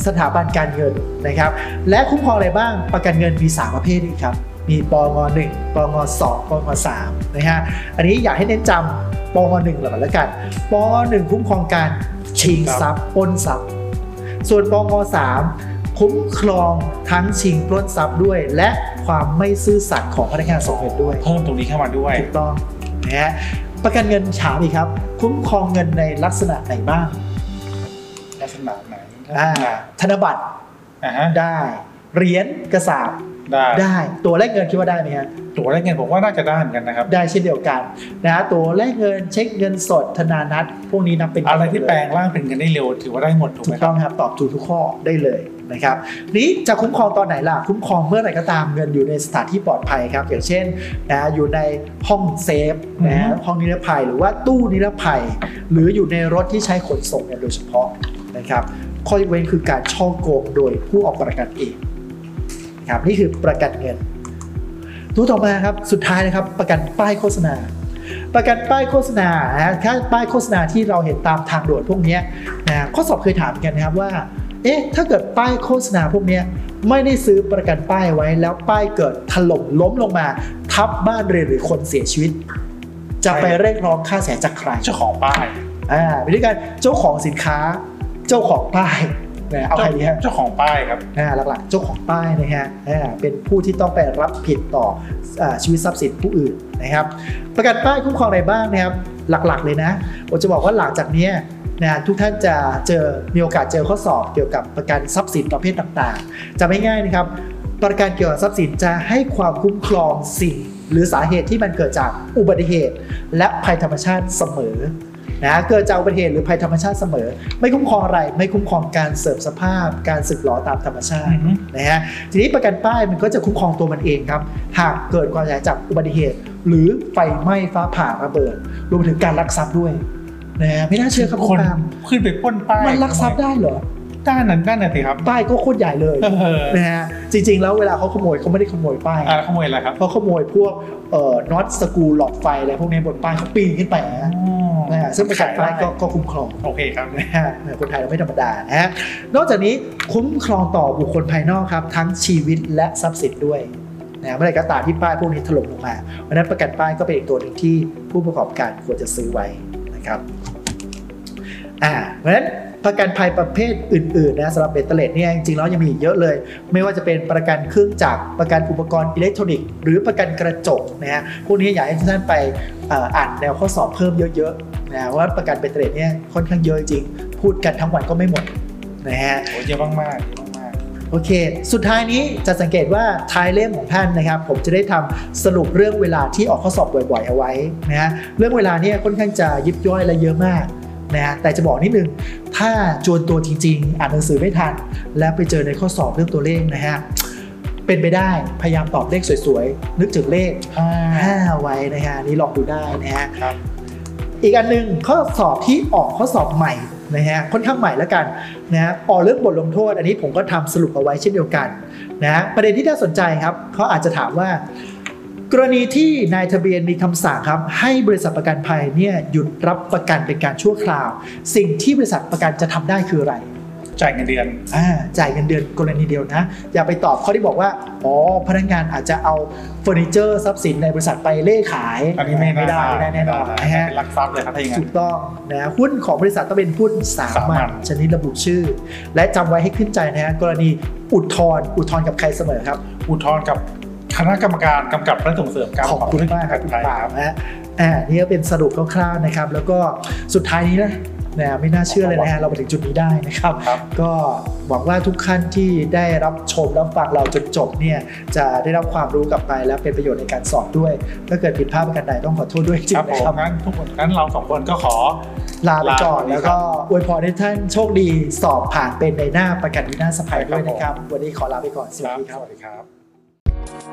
A: สถาบันการเงินนะครับ และคุ้มครองอะไรบ้าง ประกันเงินมี 3 ประเภทนี่ครับ มีปง1ปง2ปง3นะฮะ อันนี้อยากให้เน้นจำปง1หลักอนแล้วกันปง1คุ้มครองการชิงทรัพย์ปล้นทรัพย์ ส่วนปง3คุ้มครองทั้งชิงปล้นทรัพย์ด้วย และความไม่ซื่อสัตย์ของพนักงานสอบสวนด้วย
B: เพิ่มตรงนี้เข้ามาด้วย
A: ถูกต้องนะฮะประกันเงินถามอีกครับ คุ้มครองเงินในลักษณะไหนบ้าง
B: ลักษณะไหน
A: อ่าธนบัตร
B: อ่าฮะ
A: ได้ เหรียญกระสาบ
B: ได้
A: ได้ ตัวแลกเงินคิดว่าได้ไหมฮะ
B: ตัวแรกเงินผมว่าน่าจะได้เหมือนกันนะครับ
A: ได้เช่นเดียวกันนะฮะตัวแลกเงินเช็คเงินสดธนานัตพวกนี้นับเป็น
B: อะไรที่แปลงร่างเป็นเงินได้เร็ว ถือว่าได้หมดถูก
A: ถู
B: ไหม
A: ก
B: ค
A: ต้
B: รับ
A: องครับตอบถูกทุกข้อได้เลยนะครับนี้จะคุ้มครองตอนไหนล่ะ คุ้มครองเมื่อไหร่ก็ตามเงินอยู่ในสถานที่ปลอดภัยครับ อย่างเช่นนะฮะอยู่ในห้องเซฟนะฮะ
B: อือฮึ
A: ห้องนิรภัยหรือว่าตู้นิรภัย หรืออยู่ในรถที่ใช้ขนส่งเนี่ยโดยเฉพาะนะครับข้อยกเว้นคือการช่อโกงโดยผู้ออกประกันเองนะครับนี่คือประกันเงิน ตัวต่อมาครับสุดท้ายนะครับประกันป้ายโฆษณา ประกันป้ายโฆษณานะถ้าป้ายโฆษณาที่เราเห็นตามทางด่วนพวกเนี้ยนะข้อสอบเคยถามเหมือนกันนะครับว่าเอ๊ะถ้าเกิดป้ายโฆษณาพวกเนี้ยไม่ได้ซื้อประกันป้ายไว้แล้วป้ายเกิดถล่มล้มลงมา ทับบ้านเรือนหรือคนเสียชีวิต จะไปเรียกร้องค่าเสียหายจากใคร
B: เจ้าของป้าย
A: อ่าวิธีการเจ้าของสินค้า เจ้าของป้าย [LAUGHS] นะเอาใครดีฮะ
B: เจ้าของป้ายครับ
A: อ่าหลักๆ เจ้าของป้ายนะฮะอ่าเป็นผู้ที่ต้องไปรับผิดต่ออาชีวิตทรัพย์สินผู้อื่นนะครับ ประกันป้ายคุ้มครองอะไรบ้างนะครับ หลักๆเลยนะผมจะบอกว่าหลังจากเนี้ยนะทุกท่านจะเจอมีโอกาสเจอข้อสอบเกี่ยวกับประกันทรัพย์สินประเภทต่างๆจำไม่ง่ายนะครับ ประกันเกี่ยวกับทรัพย์สินจะให้ความคุ้มครองสิ่ง หรือสาเหตุที่มันเกิดจากอุบัติเหตุ และภัยธรรมชาติเสมอนะเกิดจากอุบัติเหตุหรือภัยธรรมชาติเสมอ ไม่คุ้มครองอะไร ไม่คุ้มครองการเสื่อมสภาพ การสึกหรอตามธรรมชาติ
B: อือฮึ
A: นะฮะทีนี้ประกันป้ายมันก็จะคุ้มครองตัวมันเองครับ หากเกิดความเสียหายจากอุบัติเหตุ หรือไฟไหม้ฟ้าผ่าระเบิด รวมถึงการลักทรัพย์ด้วยนะฮะไม่น่าเชื่อครับ
B: ค
A: คุณ
B: น
A: ปาล์ม
B: ขึ้นไปปล้นป้าย
A: มันลักทรัพย์ได้เหรอ
B: ด้านนั้นด้านไหนสิครับ
A: ป้ายก็โคตรใหญ่เลย
B: เออ
A: นะฮะจริงๆ แล้วเวลาเขาขโมยเขาไม่ได้ขโมยป้าย
B: อ่าขโมยอะไรครับ
A: เขาขโมยพวกเอ่อน็อตสกรูหลอดไฟอะไรพวกนี้บนป้ายเขาปีนขึ้นไปนะฮะนะฮะซึ่งประกันป้ายก็ก็คุ้มครอง
B: โอเคครับ
A: นะฮะคนไทยเราไม่ธรรมดานะฮะนอกจากนี้คุ้มครองต่อบุคคลภายนอกครับ ทั้งชีวิตและทรัพย์สินด้วยนะฮะเมื่อไหรก็ตามที่ป้ายพวกนี้ถล่มลงมาเพราะฉะนั้นประกันป้ายก็เป็นอีกตัวหนึ่งที่ผู้ประกอบการควรจะซื้อไว้นะครับอ่าเพราะฉะนั้นประกันภัยประเภทอื่นๆนะสำหรับเบตเตอร์เลดเนี่ยจริงๆแล้วยังมีอีกเยอะเลย ไม่ว่าจะเป็นประกันเครื่องจักรประกันอุปกรณ์อิเล็กทรอนิกส์หรือประกันกระจกนะฮะพวกนี้อยากให้ทุกท่านไป เอ่ออ่านแนวข้อสอบเพิ่มเยอะๆนะว่าประกันเบตเตอร์เรทเนี่ยค่อนข้างเยอะจริง พูดกันทั้งวันก็ไม่หมดนะฮะ
B: โอ้เยอะมากมากๆเยอะมาก
A: โอเค สุดท้ายนี้จะสังเกตว่าท้ายเล่มของท่านนะครับ ผมจะได้ทำสรุปเรื่องเวลาที่ออกข้อสอบบ่อยๆเอาไว้นะฮะเรื่องเวลาเนี่ยค่อนข้างจะยิบย่อยและเยอะมากนะฮะแต่จะบอกนิดนึง ถ้าจวนตัวจริงๆ อ่านหนังสือไม่ทัน และไปเจอในข้อสอบเรื่องตัวเลขนะฮะเป็นไปได้พยายามตอบเลขสวยๆ นึกถึงเลข
B: ๆอ่า
A: ห้าไว้นะฮะอันนี้ลองดูได้นะฮะ
B: ครับ
A: อีกอันหนึ่งข้อสอบที่ออกข้อสอบใหม่ นะฮะค่อนข้างใหม่แล้วกันนะฮะปอเรื่องบทลงโทษ อันนี้ผมก็ทำสรุปเอาไว้เช่นเดียวกันนะฮะประเด็นที่น่าสนใจครับเขาอาจจะถามว่า กรณีที่นายทะเบียนมีคำสั่งครับ ให้บริษัทประกันภัยเนี่ยหยุดรับประกันเป็นการชั่วคราว สิ่งที่บริษัทประกันจะทำได้คืออะไร
B: จ่ายเงินเดือน
A: อ่าจ่ายเงินเดือนกรณีเดียวนะ อย่าไปตอบข้อที่บอกว่า อ๋อ พนักงานอาจจะเอาเฟอร์นิเจอร์ทรัพย์สินในบริษัทไปเล่ขาย
B: อันนี้ไม่
A: ไม่ได้
B: า
A: ไม่ได้แน่นอนนะ
B: ไม่ได้
A: ฮะ
B: เป็นลักทรัพย์เลยครับถ้าอย่างนั้
A: ถู
B: น
A: กต้องนะหุ้นของบริษัทต้องเป็นหุ้นสา
B: สา
A: มั
B: มั
A: ญ
B: ญ
A: ชนิดระบุชื่อ และจำไว้ให้ขึ้นใจนะฮะกรณีอุทธรณ์อุทธรณ์กับใครเสมอครับ
B: อุทธรณ์กับคณะกรรมการกำกับและส่งเสริมการ
A: ขอบคุณมากครับคุณ
B: ไทย
A: ปาล์มฮะอ่านี่ก็เป็นสรุปคร่าวๆนะครับ แล้วก็สุดท้ายนี้นะนะไม่น่าเชื่อเลยนะฮะเรามาถึงจุดนี้ได้นะครับ
B: ครับ
A: ก็หวังว่าทุกขั้นที่ได้รับชมรับฟังเราจนจบเนี่ยจะได้รับความรู้กลับไปและเป็นประโยชน์ในการสอบด้วย ถ้าเกิดผิดพลาดประการใดต้องขอโทษด้วยจริ
B: ครั
A: ง
B: บ
A: นะ
B: ผม
A: ครับ
B: งั้นทุกคนงั้นเราสองคนก็ขอ
A: ลาไปก่อน
B: ลาไปครับ
A: แล้วก็อวยพรให้ท่านโชคดีสอบผ่านเป็นในหน้าประกันดีหน้าสภัยด้วยนะครับ วันนี้ขอลาไปก่อนสวัสดีครับ
B: สวัสดีครับ